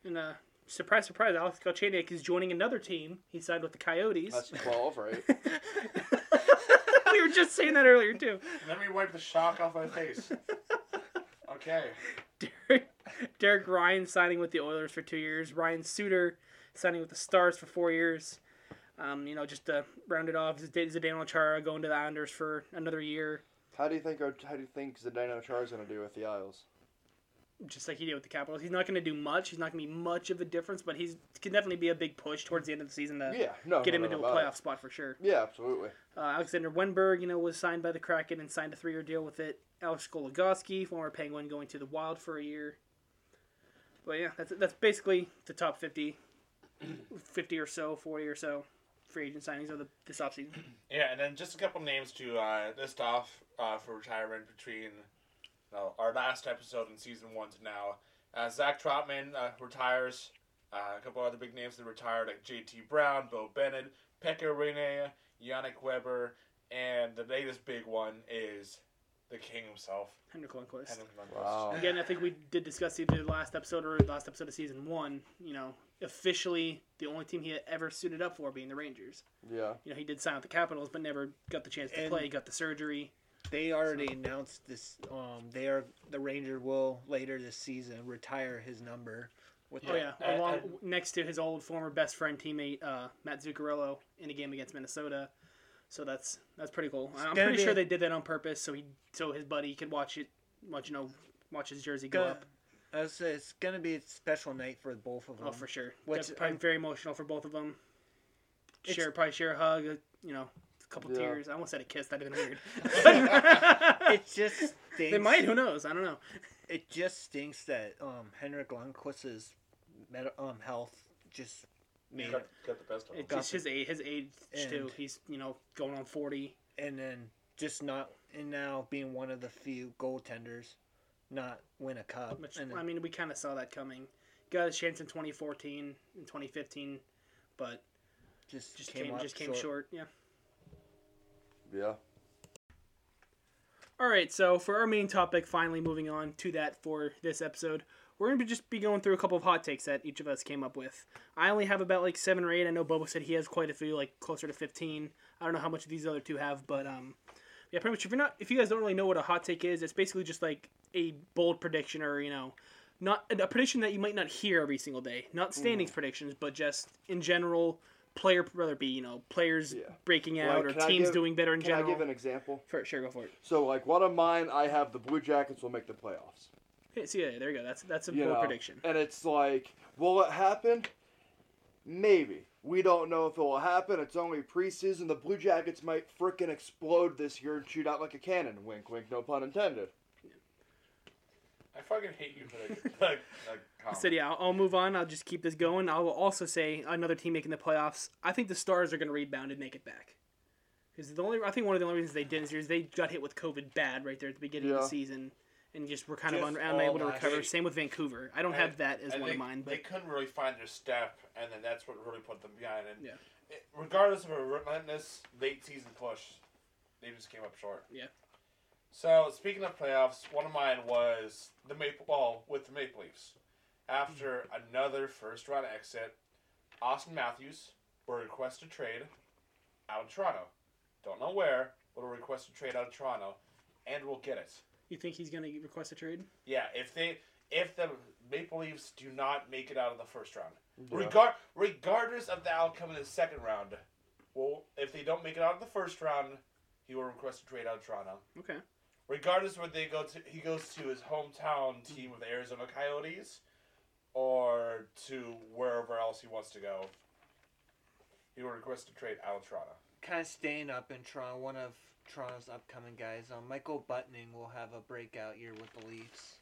And uh, surprise, surprise, Alex Galchenyuk is joining another team. He signed with the Coyotes.
That's twelve, right?
we were just saying that earlier too.
Let me wipe the shock off my face. Okay.
Derek, Derek Ryan signing with the Oilers for two years. Ryan Suter signing with the Stars for four years. Um, you know, just to round it off, Zd- Zdeno Chara going to the Islanders for another year,
How do you think? How do you think Zdeno Char's gonna do with the Isles?
just like he did with the Capitals. He's not going to do much. He's not going to be much of a difference, but he's can definitely be a big push towards the end of the season to
Yeah, no,
get
no,
him
no,
into a
no, about
playoff
it.
spot for sure.
Yeah, absolutely.
Uh, Alexander Wenberg, you know, was signed by the Kraken and signed a three-year deal with it. Alex Goligoski, former Penguin, going to the Wild for a year. But yeah, that's that's basically the top 50, 50 or so, 40 or so free agent signings of the, this offseason.
Yeah, and then just a couple names to uh, list off uh, for retirement between uh, our last episode in season one to now. Uh, Zach Trotman uh, retires. Uh, a couple other big names that retired, like J.T. Brown, Bo Bennett, Pekka Rinne, Yannick Weber, and the latest big one is the king himself.
Henrik Lundqvist.
Henrik Lundqvist.
Wow.
Again, I think we did discuss the last episode or last episode of season one. You know, officially the only team he had ever suited up for being the Rangers.
Yeah.
You know, he did sign with the Capitals, but never got the chance to
And-
play. Got the surgery.
They already announced this. Um, they are the Ranger will later this season retire his number. With
Oh yeah,
Yeah, I-
along
I-
next to his old former best friend teammate uh, Matt Zuccarello in a game against Minnesota. So that's that's pretty cool. And I'm
Gonna
pretty
be-
sure they did that on purpose, so he so his buddy could watch it, watch you know, watch his jersey go
Gonna,
up.
I was say it's gonna be a special night for both of them.
Oh, for sure.
Mm-hmm. Which
That's probably
I'm-
very emotional for both of them.
It's-
Share probably share a hug, uh, you know, a couple
Yeah.
tears. I almost said a kiss. That'd have been weird.
It just stinks.
they might. Who knows? I don't know.
It just stinks that um, Henrik Lundqvist's med- um, health just made
Got, got the best of him.
It's just his age. His age too.
And-
He's you know going on forty.
and then just not and now being one of the few goaltenders not win a cup.
Which,
and then-
I mean, we kind of saw that coming. Got his chance in 2014 and 2015, but
just,
just
came,
came,
up
just came short. Yeah.
Yeah.
All right. So for our main topic, finally moving on to that for this episode, we're gonna be just be going through a couple of hot takes that each of us came up with. I only have about like seven or eight. I know Bobo said he has quite a few, like closer to 15. I don't know how much these other two have, but um, yeah, pretty much. If you're not, if you guys don't really know what a hot take is, it's basically just like a bold prediction or you know, not a prediction that you might not hear every single day.
Mm-hmm.
Not standings predictions, but just in general, player whether it be you know players
Yeah.
breaking out
Like,
or
can I
teams
give-
doing better in
Can
general.
I give an example?
For, sure, go for it.
So, like, one of mine, I have the Blue Jackets will make the playoffs.
Okay, so yeah, there you go. That's that's a
You
bold
know?
prediction.
And it's like, will it happen? Maybe. We don't know if it will happen. It's only preseason. The Blue Jackets might frickin' explode this year and shoot out like a cannon. Wink, wink, no pun intended.
I fucking hate you for the, the, the
I
comment.
said, yeah, I'll, I'll move on. I'll just keep this going. I will also say another team making the playoffs. I think the Stars are going to rebound and make it back. Because the only I think one of the only reasons they didn't is because they got hit with COVID bad right there at the beginning of
Yeah.
the season, and just were kind of
Just
un-
all
unable to
last
recover.
week.
Same with Vancouver. I don't
And-
have that as
and
one
they,
of mine,
they
but
couldn't really find their step, and then that's what really put them behind. And
Yeah.
it- regardless of a relentless late season push, they just came up short.
Yeah.
So speaking of playoffs, one of mine was the Maple. Well, with the Maple Leafs, after
Mm-hmm.
another first round exit, Austin Matthews will request a trade out of Toronto. Don't know where, but will request a trade out of Toronto, and we'll get it.
you think he's going to request a trade?
Yeah, if they if the Maple Leafs do not make it out of the first round,
Yeah.
regard regardless of the outcome in the second round, well, if they don't make it out of the first round, he will request a trade out of Toronto.
Okay.
Regardless where they go to, he goes to his hometown team of the Arizona Coyotes, or to wherever else he wants to go. He will request a trade out of Toronto.
Kind of staying up in Toronto. One of Toronto's upcoming guys, um, Michael Buttoning, will have a breakout year with the Leafs.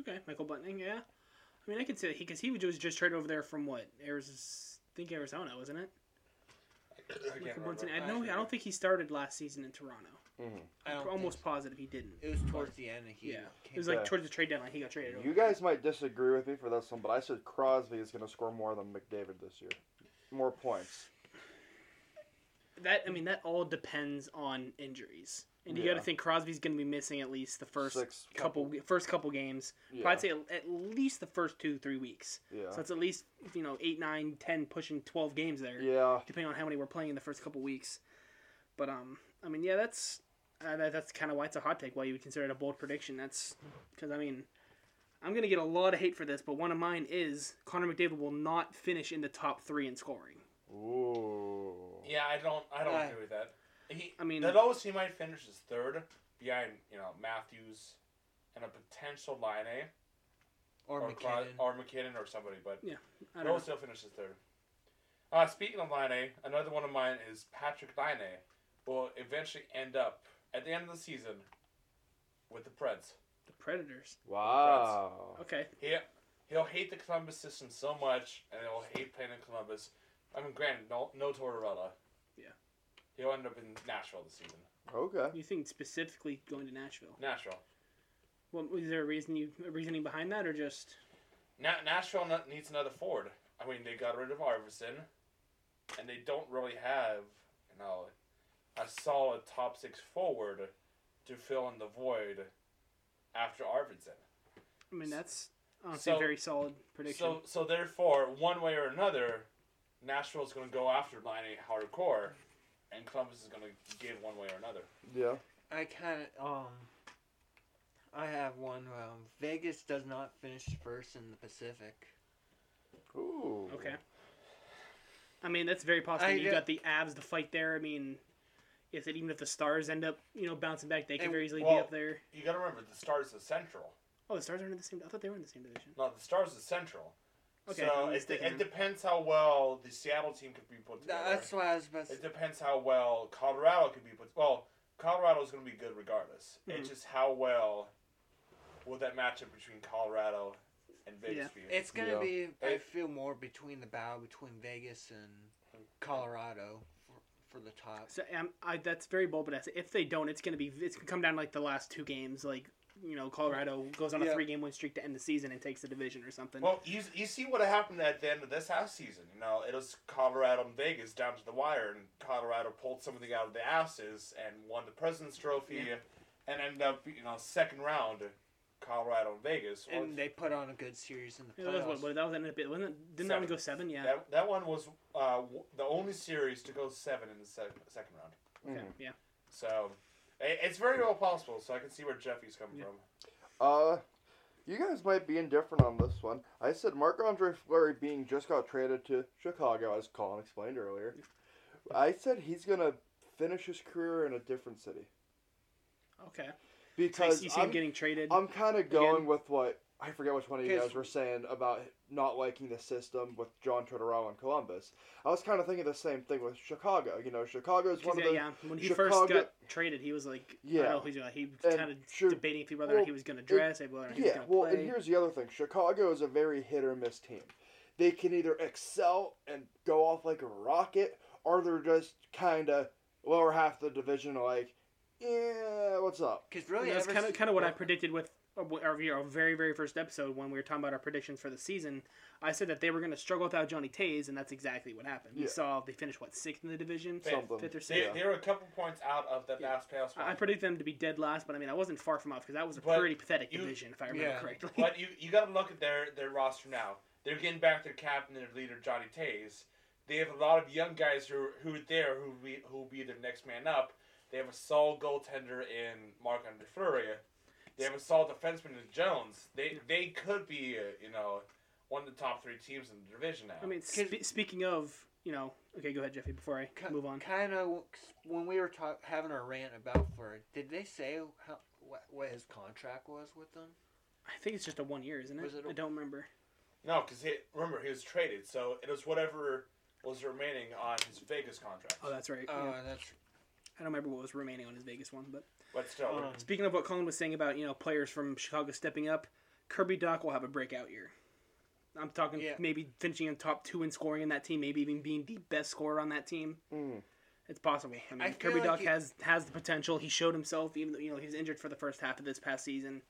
Okay, Michael Bunting, yeah. I mean, I could say that he because he was just traded over there from what Arizona, I think Arizona, wasn't it?
I can't
Michael
remember.
Bunting. I know. I don't think he started last season in Toronto.
Mm-hmm.
I don't
I'm
think
almost positive he didn't.
so. It was towards the end. Of
Yeah, it
Came
was
back.
like
back.
towards the trade deadline. He got traded. over.
You guys might disagree with me for this one, but I said Crosby is going to score more than McDavid this year. More points.
that I mean, that all depends on injuries, and you
Yeah.
got to think Crosby's going to be missing at least the first
Six
couple, first couple games.
Yeah.
Probably say at least the first two three weeks.
Yeah.
So it's at least you know eight, nine, ten, pushing twelve games there,
Yeah.
depending on how many we're playing in the first couple weeks. But um, I mean, yeah, that's uh, that, that's kind of why it's a hot take. Why you would consider it a bold prediction? That's because I mean. I'm gonna get a lot of hate for this, but one of mine is Connor McDavid will not finish in the top three in scoring.
Ooh.
Yeah, I don't. I don't
Uh,
agree with that. He,
I mean-
the lowest he might finish is third, behind you know Matthews, and a potential Line A
or,
or Cros-
McKinnon.
or McKinnon or somebody. But
Yeah, I don't know.
lowest he'll finish is third. Uh, speaking of Line A, another one of mine is Patrick Line A will eventually end up at the end of the season with the Preds.
The Predators.
Wow.
Okay.
He he'll hate the Columbus system so much, and he'll hate playing in Columbus. I mean, granted, no, no Tortorella.
Yeah.
He'll end up in Nashville this season.
Okay.
You think specifically going to Nashville?
Nashville.
Well, was there a reason you a reasoning behind that, or just
Na- Nashville no- needs another forward. I mean, they got rid of Arvidsson, and they don't really have you know a solid top six forward to fill in the void after Arvidsson.
I mean, that's honestly
So-
a very solid prediction.
So so therefore, one way or another, Nashville's going to go after Line A hardcore, and Columbus is going to give one way or another.
Yeah.
I kind of um. I have one. Um, Vegas does not finish first in the Pacific.
Ooh.
okay. I mean, that's very possible.
I
you
get-
got the abs to fight there. I mean, if it, even if the stars end up, you know, bouncing back, they could
And-
very easily
well-
be up there.
You got to remember the Stars is Central.
Oh, the stars aren't in the same. I thought they were in the same division.
No, the Stars is Central.
Okay,
so
I'm
it,
mistaken
it
then.
depends how well the Seattle team could be put together.
That's why I was about to
It depends how well Colorado could be put. Well, Colorado's going to be good regardless.
Mhm.
It's just how well will that matchup between Colorado and Vegas be?
It's gonna
Yeah.
be. I
It-
feel more between the battle between Vegas and Colorado for, for the top.
So um, I, that's very bold, but I say if they don't, it's gonna be it's gonna come down to, like the last two games. Like you know, Colorado goes on a
Yeah.
three game win streak to end the season and takes the division or something.
Well, you, you see what happened at the end of this house season. You know, it was Colorado and Vegas down to the wire, and Colorado pulled something out of the asses and won the President's Trophy,
Yeah.
and ended up you know second round. Colorado and Vegas. Well,
And they put on a good series in the
Yeah, that was what,
playoffs.
what- that was ended up. Wasn't it, didn't that one
Seven.
go seven? Yeah.
that, that one was uh, w- the only series to go seven in the sec- second round.
Okay.
Mhm.
Yeah.
So i- it's very well possible. So I can see where Jeffy's coming
Yeah.
from.
Uh, you guys might be indifferent on this one. I said Marc Andre Fleury being just got traded to Chicago, as Colin explained earlier. I said he's gonna finish his career in a different city
Okay. So
because
you see him
I'm,
getting traded.
I'm kind of going
again?
with what I forget which one of you
Because-
guys were saying about not liking the system with John Tortorella and Columbus. I was kind of thinking the same thing with Chicago. You know, Chicago's
'Cause,
one of
yeah,
the
yeah, uh, when he first
Chicago-
got traded, he was like, yeah, I
Yeah.
don't know who he's gonna. He was kind of
sure-
debating if he- whether
well,
he was gonna dress, whether he was
Yeah,
gonna
well,
play.
and here's the other thing: Chicago is a very hit or miss team. They can either excel and go off like a rocket, or they're just kind of lower half the division, like, yeah, what's up?
Because
And
really,
that's
ever
kind of
s-
kind of what I predicted with our, our very very first episode when we were talking about our predictions for the season. I said that they were going to struggle without Johnny Tays, and that's exactly what happened. We
Yeah.
saw they finished what sixth in the division,
Fifth.
Something.
fifth or sixth.
They,
Yeah.
they were a couple points out of that
Yeah.
last playoff
I I
spot.
predicted them to be dead last, but I mean I wasn't far from off because that was a
But
pretty pathetic
you-
division if I remember
yeah.
correctly.
but you you got to look at their their roster now. They're getting back their captain and their leader Johnny Tays. They have a lot of young guys who are- who are there who will be, who will be their next man up. They have a solid goaltender in Mark Andre Fleury. They have a solid defenseman in Jones. They they could be uh, you know one of the top three teams in the division now.
I mean,
'Cause-
spe- speaking of, you know, okay, go ahead, Jeffy, before I
ki-
move on.
Kinda when we were talk, having our rant about Fleury, did they say how, what, what his contract was with them?
I think it's just a one year, isn't it?
Was it a-
I don't remember.
No, because remember he was traded, so it was whatever was remaining on his Vegas contract.
Oh, that's right.
Oh,
yeah.
that's
I don't remember what was remaining on his Vegas one, but
but still,
um,
Speaking of what Colin was saying about you know players from Chicago stepping up, Kirby Doc will have a breakout year. I'm talking
Yeah.
maybe finishing in top two in scoring in that team, maybe even being the best scorer on that team.
Mm.
It's possible. I mean,
Hmm. I feel
Kirby
like
Doc
he-
has has the potential. He showed himself, even though you know he's injured for the first half of this past season.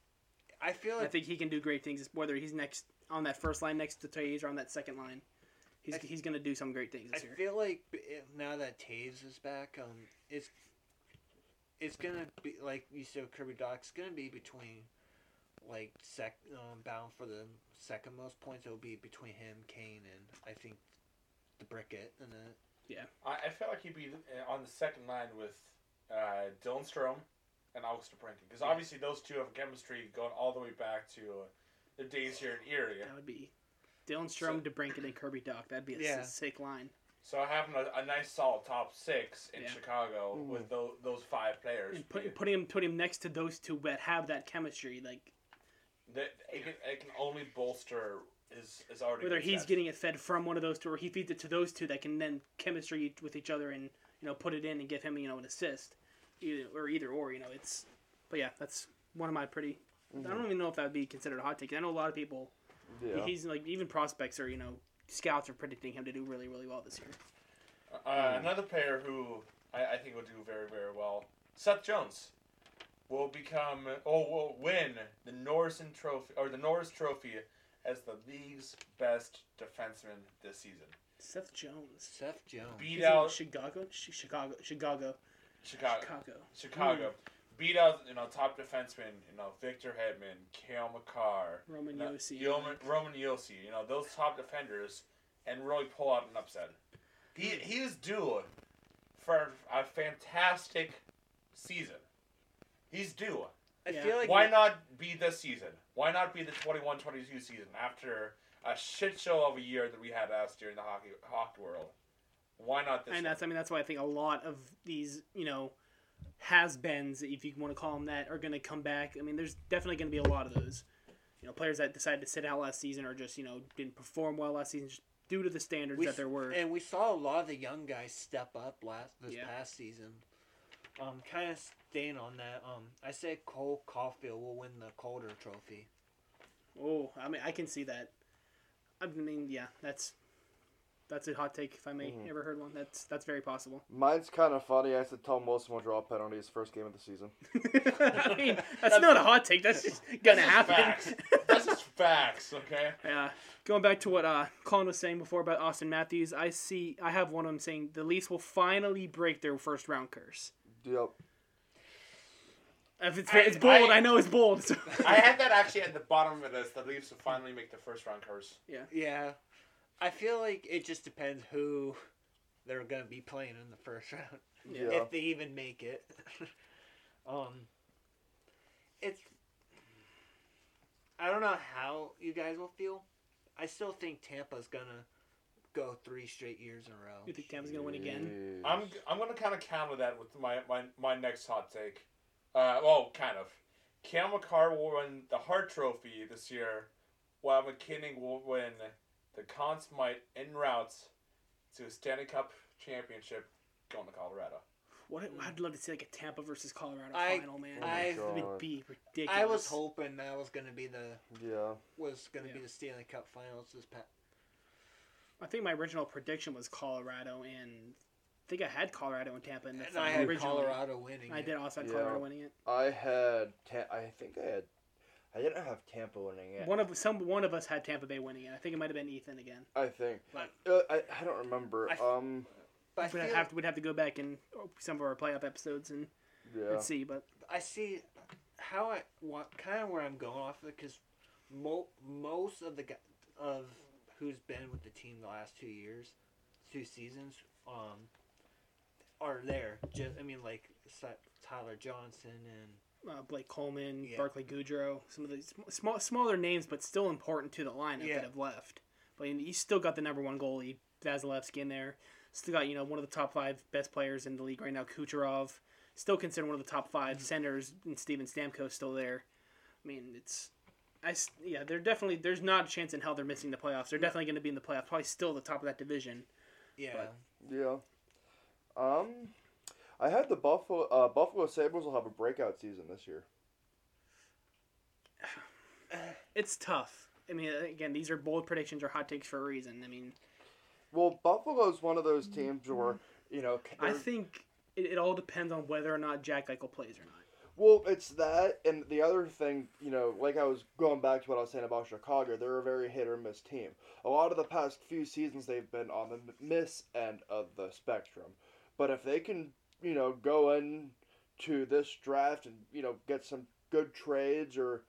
I feel
I
like
think he can do great things, whether he's next on that first line next to Tays or on that second line. He's,
I-
he's going to do some great things
I
this year.
feel like b- it- now that Taves is back, um, it's it's gonna be like you said, Kirby Doc's gonna be between like sec um, bound for the second most points. It'll be between him, Kane, and I think the Brickett, and then
I, I feel like he'd be uh, on the second line with uh, Dylan Strom and Alex DeBrincat, because obviously those two have chemistry going all the way back to uh, their days here in Erie.
That would be Dylan Strom, DeBrinket, and Kirby Doc. That'd be a s-
Yeah.
sick line.
So having a, a nice solid top six in
Yeah.
Chicago
Mm.
with those those five players,
and put, putting him putting him next to those two that have that chemistry, like
that it, can, it can only bolster his is already
whether
good
he's
depth.
getting it fed from one of those two or he feeds it to those two that can then chemistry with each other and you know put it in and give him you know an assist, either or either or you know it's, but yeah that's one of my pretty. I don't even know if that would be considered a hot take. I know a lot of people.
Yeah.
He's like even prospects or you know scouts are predicting him to do really really well this year.
Uh, Another player who I, I think will do very, very well, Seth Jones, will become or will win the Norrison Trophy or the Norris Trophy as the league's best defenseman this season.
Seth Jones.
Seth Jones.
Beat
He's in
out
Chicago, Ch- Chicago, Chicago,
Chicago.
Chicago.
Chicago. beat out you know top defensemen you know Victor Hedman, Kale McCarr,
Roman
you know,
Yossi.
Yeoman- Roman Yossi, you know those top defenders, and really pull out an upset. He he is due for a fantastic season. He's due.
I
Yeah.
feel like
Why not be this season? Why not be the 21-22 season after a shit show of a year that we had last year in the hockey hockey world? Why not this?
and
one?
that's I mean that's why I think a lot of these you know has beens if you want to call them that are going to come back. I mean, there's definitely going to be a lot of those. You know, players that decided to sit out last season or just you know didn't perform well last season just due to the standards
we,
that there were.
And we saw a lot of the young guys step up last this
Yeah.
past season. Um, kind of staying on that. Um, I say Cole Caulfield will win the Calder Trophy.
Oh, I mean I can see that. I mean, yeah, that's that's a hot take if I may
Mhm.
ever heard one. That's that's very possible.
Mine's kind of funny. I said Tom Wilson will draw penalties first game of the season.
I mean, that's not a hot take. That's just gonna
This is
happen.
facts. That's just facts, okay?
Yeah. Uh, Going back to what uh, Colin was saying before about Austin Matthews, I see. I have one of them saying the Leafs will finally break their first round curse. Uh,
Yep.
If it's,
I-
it's bold, I,
I-
know it's bold. so-
I had that actually at the bottom of this. The Leafs will finally make the first round curse.
Yeah, I feel like it just depends who they're gonna be playing in the first round.
Yeah.
if they even make it. um, it's I don't know how you guys will feel. I still think Tampa's gonna go three straight years in a row.
you think Tam's gonna win again?
Jeez.
I'm I'm gonna kind of counter that with my my, my next hot take. Uh, well, kind of. Cam McCarr will win the Hart Trophy this year, while McKinnon will win the Conn Smythe en route to a Stanley Cup championship going to Colorado.
What I'd love to see like a Tampa versus Colorado
I-
final, man.
I- I've
oh
That
my
would
God.
be ridiculous.
I was hoping that was gonna be the
Yeah.
was gonna be
Yeah.
the Stanley Cup Finals this past.
I think my original prediction was Colorado, and I think I had Colorado and Tampa in the
And
final
I had
originally.
Colorado winning.
I
it.
did also had
Yeah.
Colorado winning it.
I had. Ta- I think I had. I didn't have Tampa winning it.
One of some one of us had Tampa Bay winning it. I think it might have been Ethan again.
I think.
But-
Uh, I, I don't remember.
I-
um.
But I
We'd
feel-
have to, we'd have to go back in some of our playoff episodes and,
Yeah.
and see, but
I see how I want kind of where I'm going off of because mo- most of the gu- of who's been with the team the last two years, two seasons, um, are there. Just I mean like Si- Tyler Johnson and
uh, Blake Coleman,
Yeah.
Barclay Goudreau, some of the sm- small, smaller names, but still important to the lineup
Yeah.
that have left. But you still got the number one goalie Vasilevsky in there. Still got you know one of the top five best players in the league right now, Kucherov. Still considered one of the top 5
Mm-hmm.
centers, and Steven Stamkos still there. I mean, it's I s- yeah, they're definitely there's not a chance in hell they're missing the playoffs. They're definitely going to be in the playoffs, probably still the top of that division.
yeah.
But-
Yeah. Um. I had the Buffalo uh, Buffalo Sabres will have a breakout season this year.
It's tough. I mean, again, these are bold predictions or hot takes for a reason. I mean,
Well, Buffalo's one of those teams where you know.
I
they're-
think it, it all depends on whether or not Jack Eichel plays or not.
Well, it's that, and the other thing, you know, like I was going back to what I was saying about Chicago, they're a very hit or miss team. A lot of the past few seasons, they've been on the m- miss end of the spectrum. But if they can, you know, go in to this draft and you know get some good trades or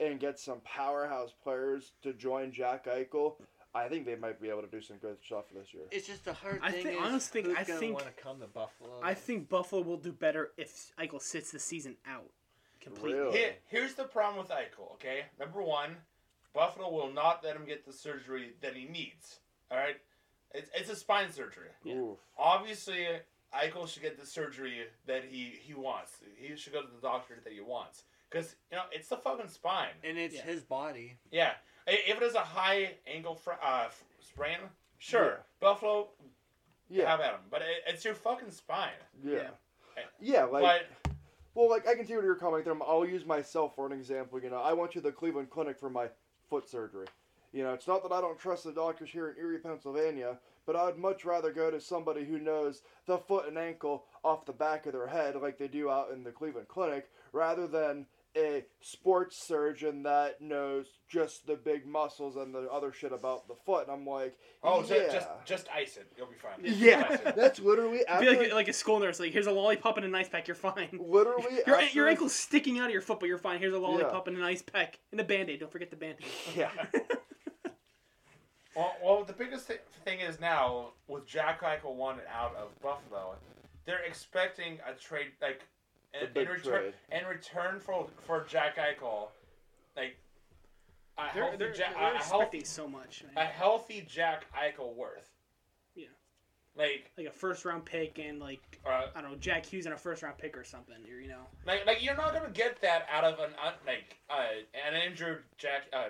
and get some powerhouse players to join Jack Eichel, I think they might be able to do some good stuff this year.
It's just the hard
I
thing.
thi-
is
honestly think-
who's
I
gonna
think-
want to come to Buffalo.
I think Buffalo will do better if Eichel sits the season out completely.
Really?
Here, here's the problem with Eichel, okay? Number one, Buffalo will not let him get the surgery that he needs, all right? It's, it's a spine surgery.
Yeah.
Oof.
Obviously, Eichel should get the surgery that he, he wants. He should go to the doctor that he wants. Because, you know, it's the fucking spine.
and it's
Yeah.
his body.
Yeah. I- If it is a high angle fr- uh, f- sprain, sure. Buffalo,
Yeah,
have at him. But it, it's your fucking spine.
yeah,
Yeah.
yeah. Like.
but
Well, like I can see where you're coming from. I'll use myself for an example. You know, I went to the Cleveland Clinic for my foot surgery. You know, it's not that I don't trust the doctors here in Erie, Pennsylvania, but I'd much rather go to somebody who knows the foot and ankle off the back of their head, like they do out in the Cleveland Clinic, rather than a sports surgeon that knows just the big muscles and the other shit about the foot. And I'm like,
Oh,
yeah.
ju- just just ice it. You'll be fine.
yeah,
Just ice it.
that's literally
Be
after,
like, like a school nurse. Like, here's a lollipop and an ice pack. You're fine.
literally
Your,
after,
your ankle's sticking out of your foot, but you're fine. Here's a lollipop and an ice pack and a band aid. Don't forget the band aid.
Yeah,
Well, well, the biggest thi- thing is now with Jack Eichel wanted out of Buffalo, they're expecting a trade like
A
in, in
big
return
trade.
in return for for Jack Eichel, like a
They're,
healthy,
they're,
Jack,
they're
a,
expecting
healthy,
so much, man.
a healthy Jack Eichel worth.
Yeah.
Like
like a first round pick and like
uh,
I don't know Jack Hughes and a first round pick or something. Or, you know,
like like you're not gonna get that out of an un, like uh, an injured Jack. Uh,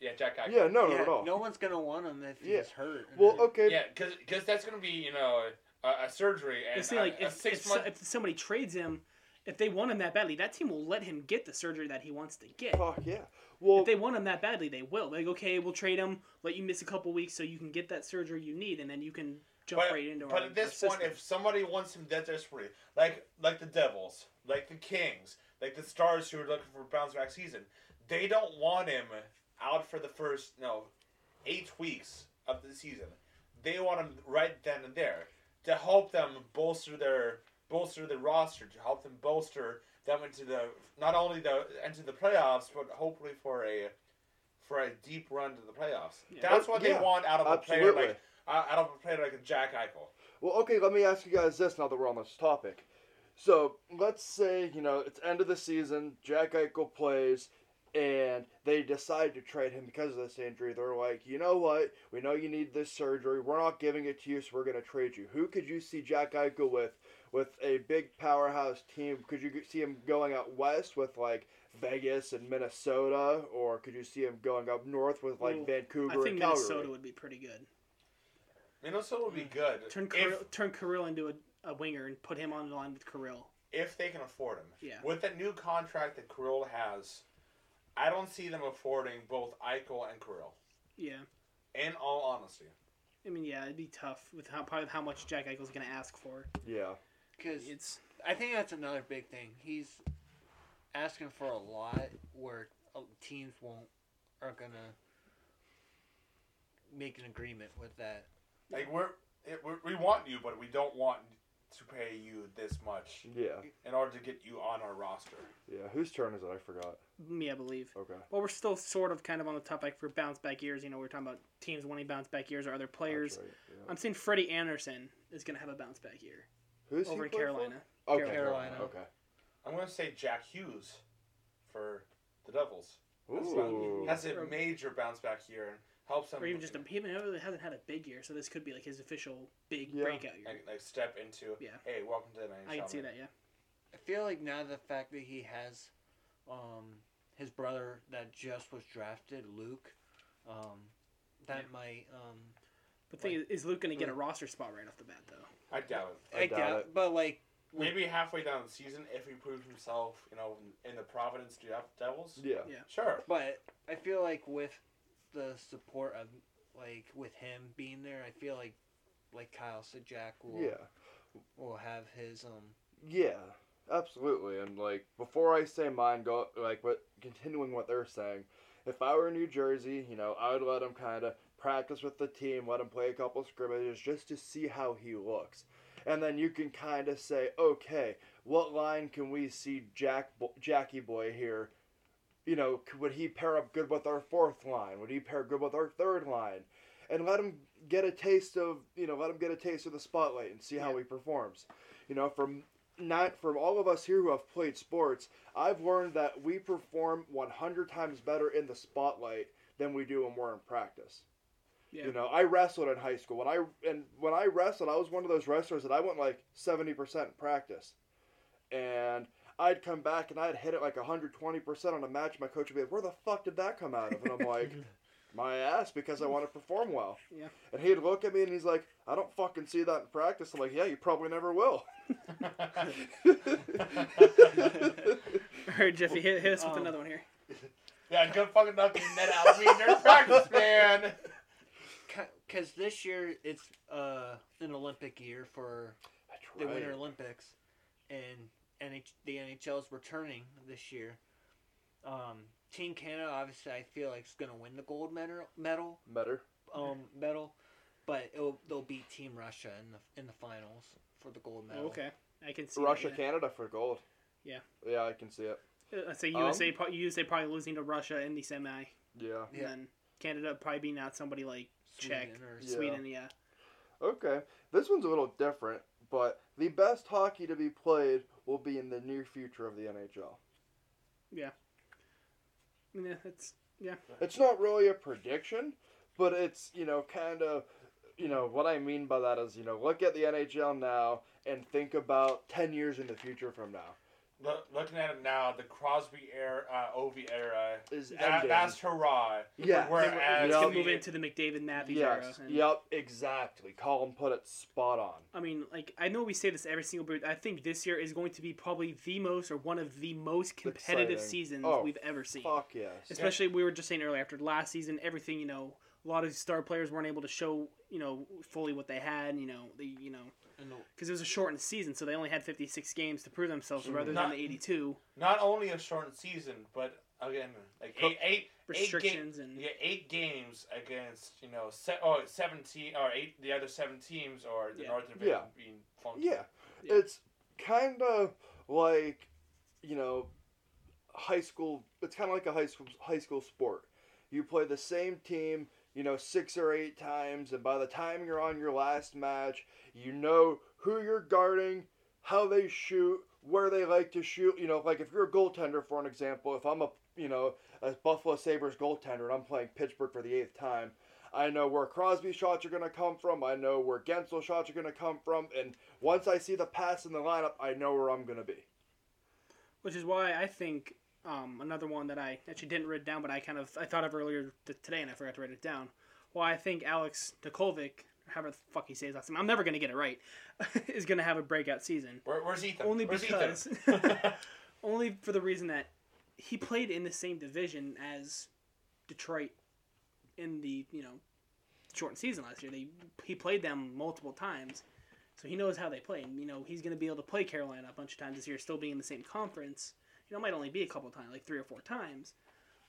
yeah, Jack Eichel.
yeah, no, not
yeah,
at all.
no one's gonna want him if he's
Yeah.
hurt.
Well, okay,
Yeah, because that's gonna be you know a, a surgery and
you see,
a,
like
a
if,
six
if,
month.
so, if somebody trades him, if they want him that badly, that team will let him get the surgery that he wants to get.
fuck yeah. Well,
If they want him that badly, they will. Like, okay, we'll trade him, let you miss a couple weeks so you can get that surgery you need, and then you can jump
but,
right into
but
our,
at this
our
point,
system.
if somebody wants him dead desperately, like like the Devils, like the Kings, like the Stars who are looking for a bounce back season, they don't want him out for the first no eight weeks of the season. They want him right then and there to help them bolster their bolster the roster to help them bolster them into the not only the into the playoffs but hopefully for a for a deep run to the playoffs.
Yeah.
That's what
Yeah,
they want out of a player
absolutely.
like uh, I don't play like a Jack Eichel.
Well, okay, let me ask you guys this now that we're on this topic. So, let's say, you know, it's end of the season, Jack Eichel plays, and they decide to trade him because of this injury. They're like, you know what? We know you need this surgery. We're not giving it to you, so we're going to trade you. Who could you see Jack Eichel with, with a big powerhouse team? Could you see him going out west with, like, Vegas and Minnesota? Or could you see him going up north with, like,
Ooh,
Vancouver
I think
and Calgary?
Minnesota would be pretty good.
Minnesota would be good
Mm. Turn Kirill,
if,
turn Kirill into a, a winger and put him on the line with Kirill.
if they can afford him.
Yeah.
With that new contract that Kirill has, I don't see them affording both Eichel and Kirill.
Yeah,
In all honesty,
I mean, yeah, it'd be tough with how probably how much Jack Eichel's going to ask for.
Yeah.
because
It's
I think that's another big thing. He's asking for a lot where uh, teams won't are gonna make an agreement with that.
like we're, it, we're we want you, but we don't want to pay you this much
Yeah.
in order to get you on our roster.
Yeah. Whose turn is it? I forgot.
me, I believe.
Okay.
Well, we're still sort of kind of on the topic for bounce back years. You know, we we're talking about teams wanting bounce back years or other players.
That's right, yeah.
I'm seeing Freddie Anderson is going to have a bounce back year
Who's he
over in
play for?
Carolina.
Okay,
Carolina.
Okay.
I'm gonna say Jack Hughes for the Devils. That's not-
Ooh.
That's a
Or-
major bounce back year and helps them
Or even just a, he even really hasn't had a big year, so this could be like his official big
Yeah.
breakout year.
like, like step into.
Yeah.
Hey, welcome to the NHL.
I can see
man."
that, yeah.
I feel like now the fact that he has um, his brother that just was drafted, Luke, um, that
Yeah.
might. Um,
But the thing is, is Luke going to
mm.
get a roster spot right off the bat, though?
I doubt it.
I doubt it.
but like
Maybe halfway down the season, if he proved himself, you know, in the Providence Dev- Devils.
Yeah.
Yeah.
Sure.
But I feel like with the support of like with him being there, I feel like like Kyle said, Jack will
Yeah.
will have his um.
Yeah. Absolutely. And like before I say mine, go like what continuing what they're saying. If I were in New Jersey, you know, I would let him kind of practice with the team, let him play a couple scrimmages just to see how he looks. And then you can kind of say, okay, what line can we see Jack Bo- Jackie Boy here? You know, c- would he pair up good with our fourth line? Would he pair good with our third line? And let him get a taste of, you know, let him get a taste of the spotlight and see how he performs. You know, from not from all of us here who have played sports, I've learned that we perform 100 times better in the spotlight than we do when we're in practice.
Yeah.
You know, I wrestled in high school. When I and when I wrestled, I was one of those wrestlers that I went like 70% in practice. And I'd come back and I'd hit it like 120% on a match. My coach would be like, "Where the fuck did that come out of?" And I'm like, "My ass because I want to perform well."
Yeah.
And he'd look at me and he's like, "I don't fucking see that in practice." I'm like, "Yeah, you probably never will."
All right, Jeffy, hit, hit us with
Um,
another one here.
yeah, good fucking luck getting that out of me during practice, man.
Because this year it's uh an Olympic year for the Winter Olympics, and NH- the NHL's returning this year, Um, Team Canada, obviously, I feel like is going to win the gold medal. medal
Better.
um, medal, but it'll, they'll beat Team Russia in the in the finals for the gold medal.
Oh, okay, I can see that,
Russia,
yeah.
Canada for gold.
Yeah.
Yeah, I can see it.
Uh, I'd say
Um,
USA, pro- USA probably losing to Russia in the semi, and
Yeah.
Yeah.
then Canada probably being out somebody like Czech,
Sweden or-
Yeah.
Sweden. Yeah,
Okay. This one's a little different, but the best hockey to be played will be in the near future of the NHL.
yeah, that's
It's not really a prediction, but it's, you know, kind of, you know, what I mean by that is, you know, look at the NHL now and think about 10 years in the future from now.
Look, looking at it now, the Crosby era, uh, Ovi era,
Is
that,
ending.
that's hurrah.
yeah.
Whereas
Let's
Yep.
get- move into the McDavid Matthews era.
Yes.
and-
Yep, exactly. Colin put it spot on.
I mean, like I know we say this every single year. I think this year is going to be probably the most or one of the most competitive
Exciting.
seasons
Oh,
we've ever seen.
Fuck yes.
Especially we were just saying earlier after last season, everything you know, a lot of star players weren't able to show you know fully what they had. You know, the you know
And the,
because it was a shortened season, so they only had fifty six games to prove themselves rather than
Not-
the eighty two
Not only a shortened season, but again, like eight, eight, eight games.
restrictions and
Yeah, eight games against you know se- oh, seven te- or eight the other seven teams or the
Yeah.
North Division
Yeah.
being funky.
Yeah.
Yeah.
It's kind of like, you know, high school. It's kind of like a high school high school sport. You play the same team, you know, six or eight times, and by the time you're on your last match, you know who you're guarding, how they shoot, where they like to shoot. You know, like if you're a goaltender, for an example, if I'm a you know a Buffalo Sabres goaltender and I'm playing Pittsburgh for the eighth time. I know where Crosby shots are going to come from. I know where Gensel shots are going to come from. And once I see the pass in the lineup, I know where I'm going to be.
which is why I think um, another one that I actually didn't write down, but I kind of I thought of earlier th- today and I forgot to write it down. Why I think Alex Dukovic, however the fuck he says last name, I'm never gonna get it right, is gonna have a breakout season.
Where, where's Ethan?
Only
where's
because,
Ethan?
only for the reason that he played in the same division as Detroit in the you know shortened season last year. They he played them multiple times, so he knows how they play. And you know he's going to be able to play Carolina a bunch of times this year, still being in the same conference. You know, it might only be a couple times, like three or four times.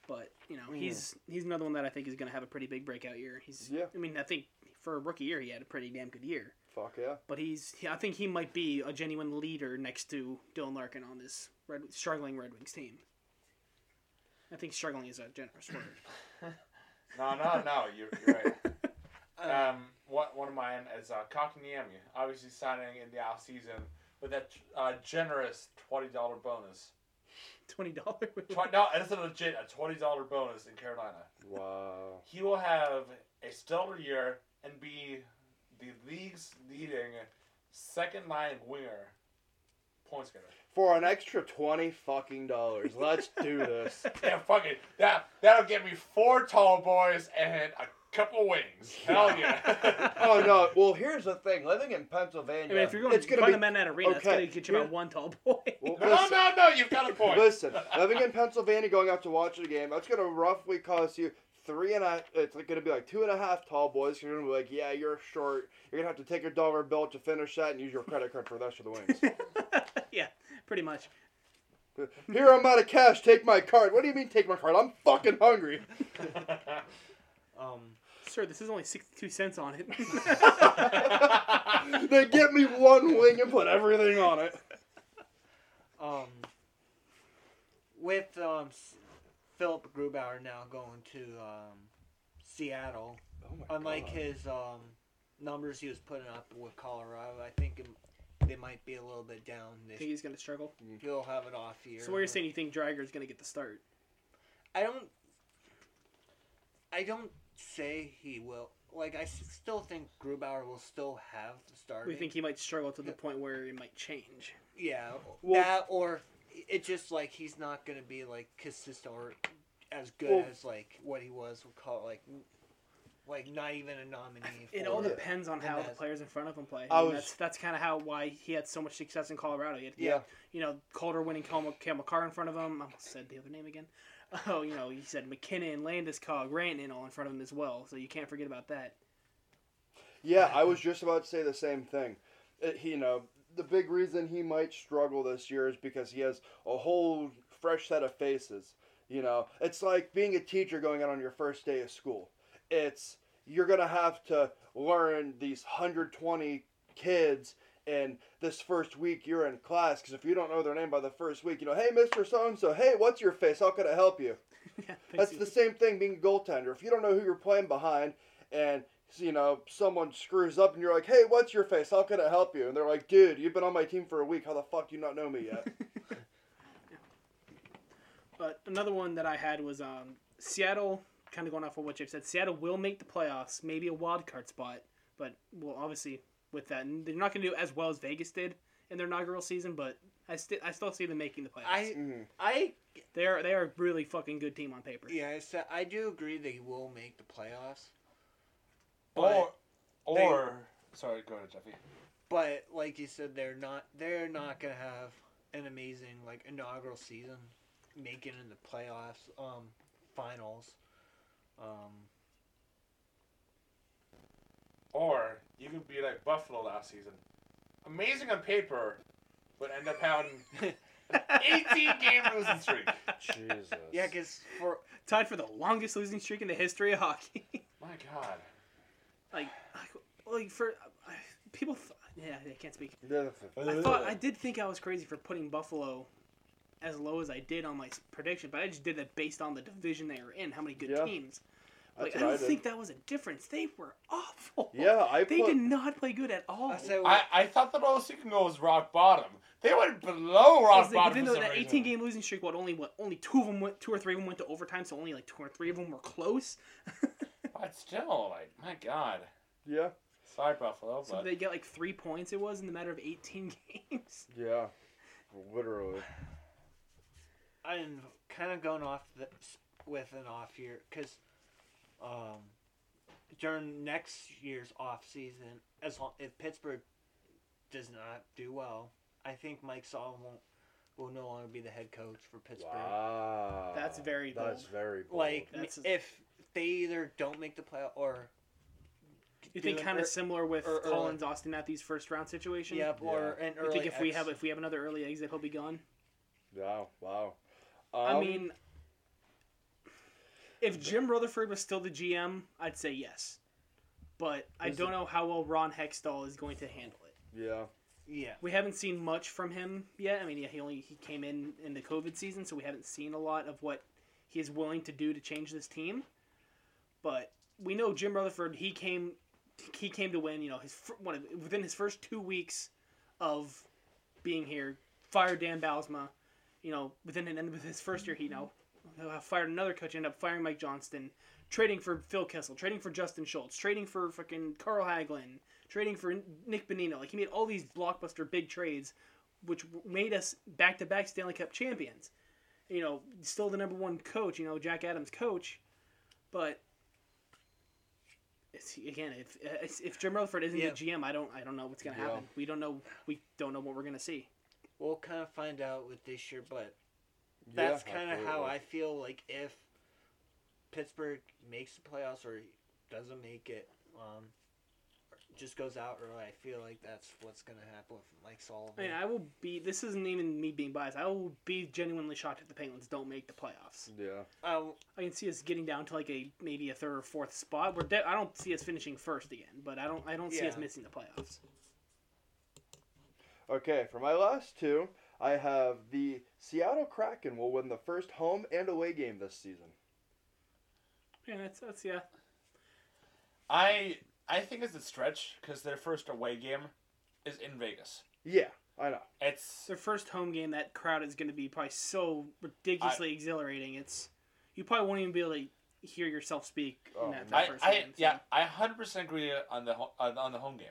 But you know he's he's another one that I think is going to have a pretty big breakout year. He's
Yeah.
I mean I think for a rookie year he had a pretty damn good year.
Fuck yeah.
But he's he, I think he might be a genuine leader next to Dylan Larkin on this Red, struggling Red Wings team. I think struggling is a generous word.
no, no, no. You're, you're right.
uh,
Um, what one of mine is uh, Kakanyemi, obviously signing in the off season with that uh, generous twenty dollar bonus.
Twenty dollars.
Tw- no, that's a legit a twenty dollar bonus in Carolina.
Wow.
He will have a stellar year and be the league's leading second line winger, points getter.
For an extra 20 fucking dollars. Let's do this.
Yeah, fuck it. That that'll get me four tall boys and a couple wings. Hell yeah.
Oh no. Well, here's the thing. Living in
I
Pennsylvania,
mean, if you're going
it's
to
going
find
to
a
be
man at arena, it's
okay,
going to get you about
here-
one tall boy.
Well,
no,
listen,
no, no. You've got a point.
listen. Living in Pennsylvania, going out to watch a game, that's going to roughly cost you three and a. It's going to be like two and a half tall boys. You're going to be like, yeah, you're short. You're going to have to take your dollar bill to finish that and use your credit card for the rest of the wings.
yeah, pretty much.
Here, I'm out of cash. Take my card. What do you mean, take my card? I'm fucking hungry.
um,
Sir, this is only sixty-two cents on it.
They get me one wing and put everything on it.
um, with um, S- Philip Grubauer now going to um, Seattle,
Oh my
unlike his um, numbers he was putting up with Colorado, I think him- they might be a little bit down.
I
This
think he's going to struggle.
he'll have an off year.
So, what you're
but-
saying, you think Drager is going to get the start?
I don't. I don't say he will. Like I s- still think Grubauer will still have the starting.
We think he might struggle to the point where it might change.
Yeah,
Well-
that or it's just like he's not gonna be like consistent or as good
Well-
as like what he was. We'll call it, like like not even a nominee.
It
for-
all
Yeah.
depends on how the
That's-
players in front of him play.
I
I mean,
was-
that's that's kind of how why he had so much success in Colorado. He had,
Yeah.
you know, Calder winning Camel, Camel Carr in front of him. I almost said the other name again. Oh, you know, he said McKinnon, Landeskog, Rantanen all in front of him as well. So you can't forget about that.
Yeah, I was just about to say the same thing. It, he- you know, the big reason he might struggle this year is because he has a whole fresh set of faces. You know, it's like being a teacher going out on your first day of school. It's you're gonna have to learn these 120 kids in this first week you're in class because if you don't know their name by the first week, you know, hey, Mr. So and so, hey, what's your face? How can I help you?
Yeah,
That's the same thing being a goaltender. If you don't know who you're playing behind and you know someone screws up and you're like, "Hey, what's your face? How can I help you?" And they're like, "Dude, you've been on my team for a week. How the fuck do you not know me yet?"
But another one that I had was um, Seattle. Kind of going off of what Jake said, Seattle will make the playoffs, maybe a wild card spot, but well, obviously with that, and they're not going to do as well as Vegas did in their inaugural season. But I still, I still see them making the playoffs.
I
Mhm.
I
they are, they are a really fucking good team on paper.
yeah, I said I do agree they will make the playoffs.
Or,
But they-
or sorry, go ahead, Jeffy.
but like you said, they're not they're not gonna have an amazing like inaugural season, making in the playoffs, um, finals. Um,
Or you could be like Buffalo last season, amazing on paper, but end up having 18 game losing streak.
Jesus.
yeah, because for
Tied for the longest losing streak in the history of hockey.
My God.
like, like, like for I people, th- yeah, I can't speak. I
I
thought I did think I was crazy for putting Buffalo as low as I did on my s- prediction, but I just did that based on the division they were in, how many good
Yeah.
teams.
That's
Like I
what I
don't
did.
think that was a difference. They were awful.
Yeah, I
they
put-
did not play good at all.
I said
I, I thought that all can go was rock bottom. They went below rock
Because, like,
bottom.
even
for
though
some
that
reason.
18 game losing streak, what only what only two of them went, two or three of them went to overtime, so only like two or three of them were close.
But still, like, my God.
Yeah.
Sorry, Buffalo,
So
but
they get like three points. It was in the matter of 18 games.
Yeah. Literally.
I'm kind of going off the, with an off year because um, during next year's off season, as long if Pittsburgh does not do well, I think Mike Sullivan won't, will no longer be the head coach for Pittsburgh.
Wow.
That's very
That's
bold.
very bold.
Like
That's a-
if they either don't make the playoff or
You think
Doing
kind
ear-
of similar with
or early.
Collins Austin at these first round situation.
yep or an
You
early.
think if we
ex-
have if we have another early exit, he'll be gone.
wow. Wow.
I
Um,
mean, if Jim Rutherford was still the GM, I'd say yes. But I
Is
don't know how well Ron Hextall is going to handle it.
Yeah.
yeah,
We haven't seen much from him yet. I mean, yeah, he only he came in in the COVID season, so we haven't seen a lot of what he is willing to do to change this team. But we know Jim Rutherford. He came he came to win. You know, his fir- one of, within his first two weeks of being here, fired Dan Balsma. You know, within an end of his first year, he you know fired another coach, ended up firing Mike Johnston, trading for Phil Kessel, trading for Justin Schultz, trading for fucking Carl Hagelin, trading for Nick Benino. Like he made all these blockbuster big trades, which made us back-to-back Stanley Cup champions. You know, still the number one coach. You know, Jack Adams coach, but it's, again, if it's- if Jim Rutherford isn't
Yeah.
the GM, I don't I don't know what's gonna
Yeah.
happen. We don't know we don't know what we're gonna see.
we'll kind of find out with this year, but that's
yeah,
kind of how
absolutely.
I feel. Like if Pittsburgh makes the playoffs or doesn't make it, um, just goes out early, I feel like that's what's gonna happen with Mike Sullivan.
I mean, I will be. This isn't even me being biased. I will be genuinely shocked if the Penguins don't make the playoffs.
Yeah.
Um,
I can see us getting down to like a maybe a third or fourth spot. We're de- I don't see us finishing first again, but I don't. I don't see us
Yeah.
missing the playoffs.
Okay, for my last two, I have the Seattle Kraken will win the first home and away game this season.
Yeah, that's that's yeah.
I I think it's a stretch because their first away game is in Vegas.
Yeah, I know.
It's
Their first home game. That crowd is going to be probably so ridiculously exhilarating. It's you probably won't even be able to hear yourself speak
Oh,
in that,
I,
that first
I
game. so-
yeah, I hundred percent agree on the ho- on the- on the home game.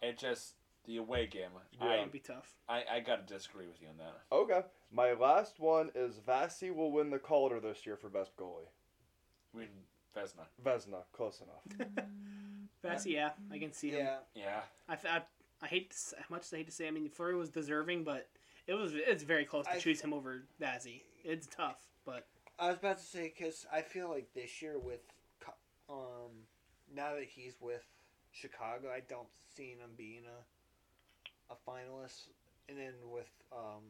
It just the away game.
it'll be tough.
I, I I gotta disagree with you on that.
Okay, my last one is Vasi will win the Calder this year for best goalie.
I mean Vesna.
Vesna, close enough.
That's yeah. I can see him.
yeah,
Yeah,
I, th- I, I hate to, s- how much I hate to say. I mean, Fleury was deserving, but it was it's very close to
I-
choose him over Vazzy. It's tough, but
I was about to say because I feel like this year with, Co- um, now that he's with Chicago, I don't see him being a, a finalist, and then with um,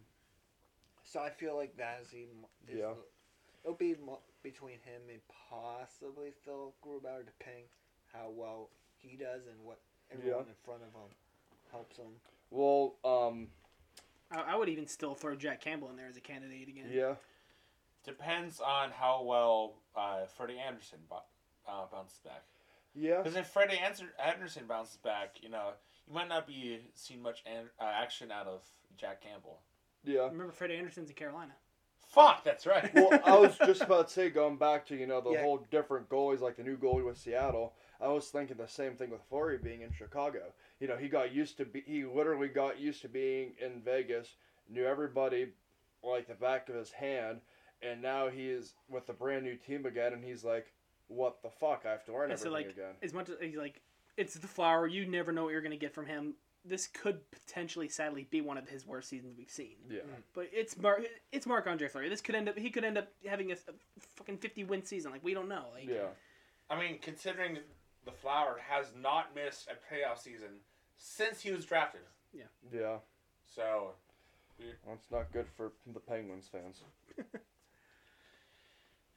so I feel like that is even. Is
Yeah.
the- It'll be mo- between him and possibly Phil Grubauer, depending how well he does and what everyone in front of him helps him.
Well, um,
I, I would even still throw Jack Campbell in there as a candidate again.
yeah.
Depends on how well uh, Freddie Anderson bu- uh, bounces back.
Yeah.
Because if Freddie Anser- Anderson bounces back, you know, you might not be seeing much an- uh, action out of Jack Campbell.
Yeah.
Remember Freddie Anderson's in Carolina.
Fuck, that's right.
well, I was just about to say, going back to you know the
Yeah.
whole different goalies, like the new goalie with Seattle. I was thinking the same thing with Flurry being in Chicago. You know, he got used to be. He literally got used to being in Vegas, knew everybody like the back of his hand, and now he is with the brand new team again, and he's like, "What the fuck? I have to learn
And so,
everything
like,
again."
as much as he's like, it's the flower. You never know what you're gonna get from him. This could potentially, sadly, be one of his worst seasons we've seen.
Yeah.
But it's Mark. It's Mark Andre Fleury. This could end up. He could end up having a, a fucking fifty win season. Like we don't know. Like,
Yeah.
I mean, considering the Flower has not missed a playoff season since he was drafted.
Yeah.
So,
Well, it's not good for the Penguins fans.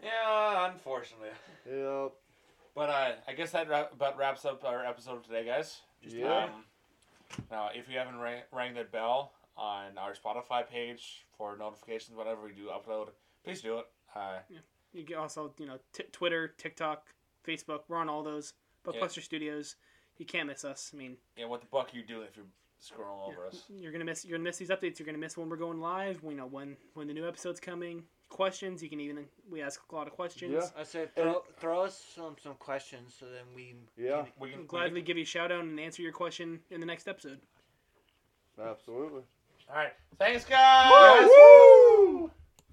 yeah, unfortunately.
Yep.
But uh, I guess that wrap- about wraps up our episode today, guys.
yeah.
Um, now, if you haven't rang, rang that bell on our Spotify page for notifications whenever we do upload, please do it. Uh,
You can also, you know, t- Twitter, TikTok, Facebook. We're on all those.
Yeah.
Buckbuster Studios. You can't miss us. I mean,
yeah, what the fuck are you doing if you're scrolling over us?
you're gonna miss. You're gonna miss these updates. You're gonna miss when we're going live. We know when when the new episode's coming. Questions. You can even we ask a lot of questions.
Yeah.
I said throw, throw us some, some questions so then we
Yeah.
can
We can
We'll
we
gladly give you a shout out and answer your question in the next episode.
Absolutely.
can- All right, thanks, guys.
Woo!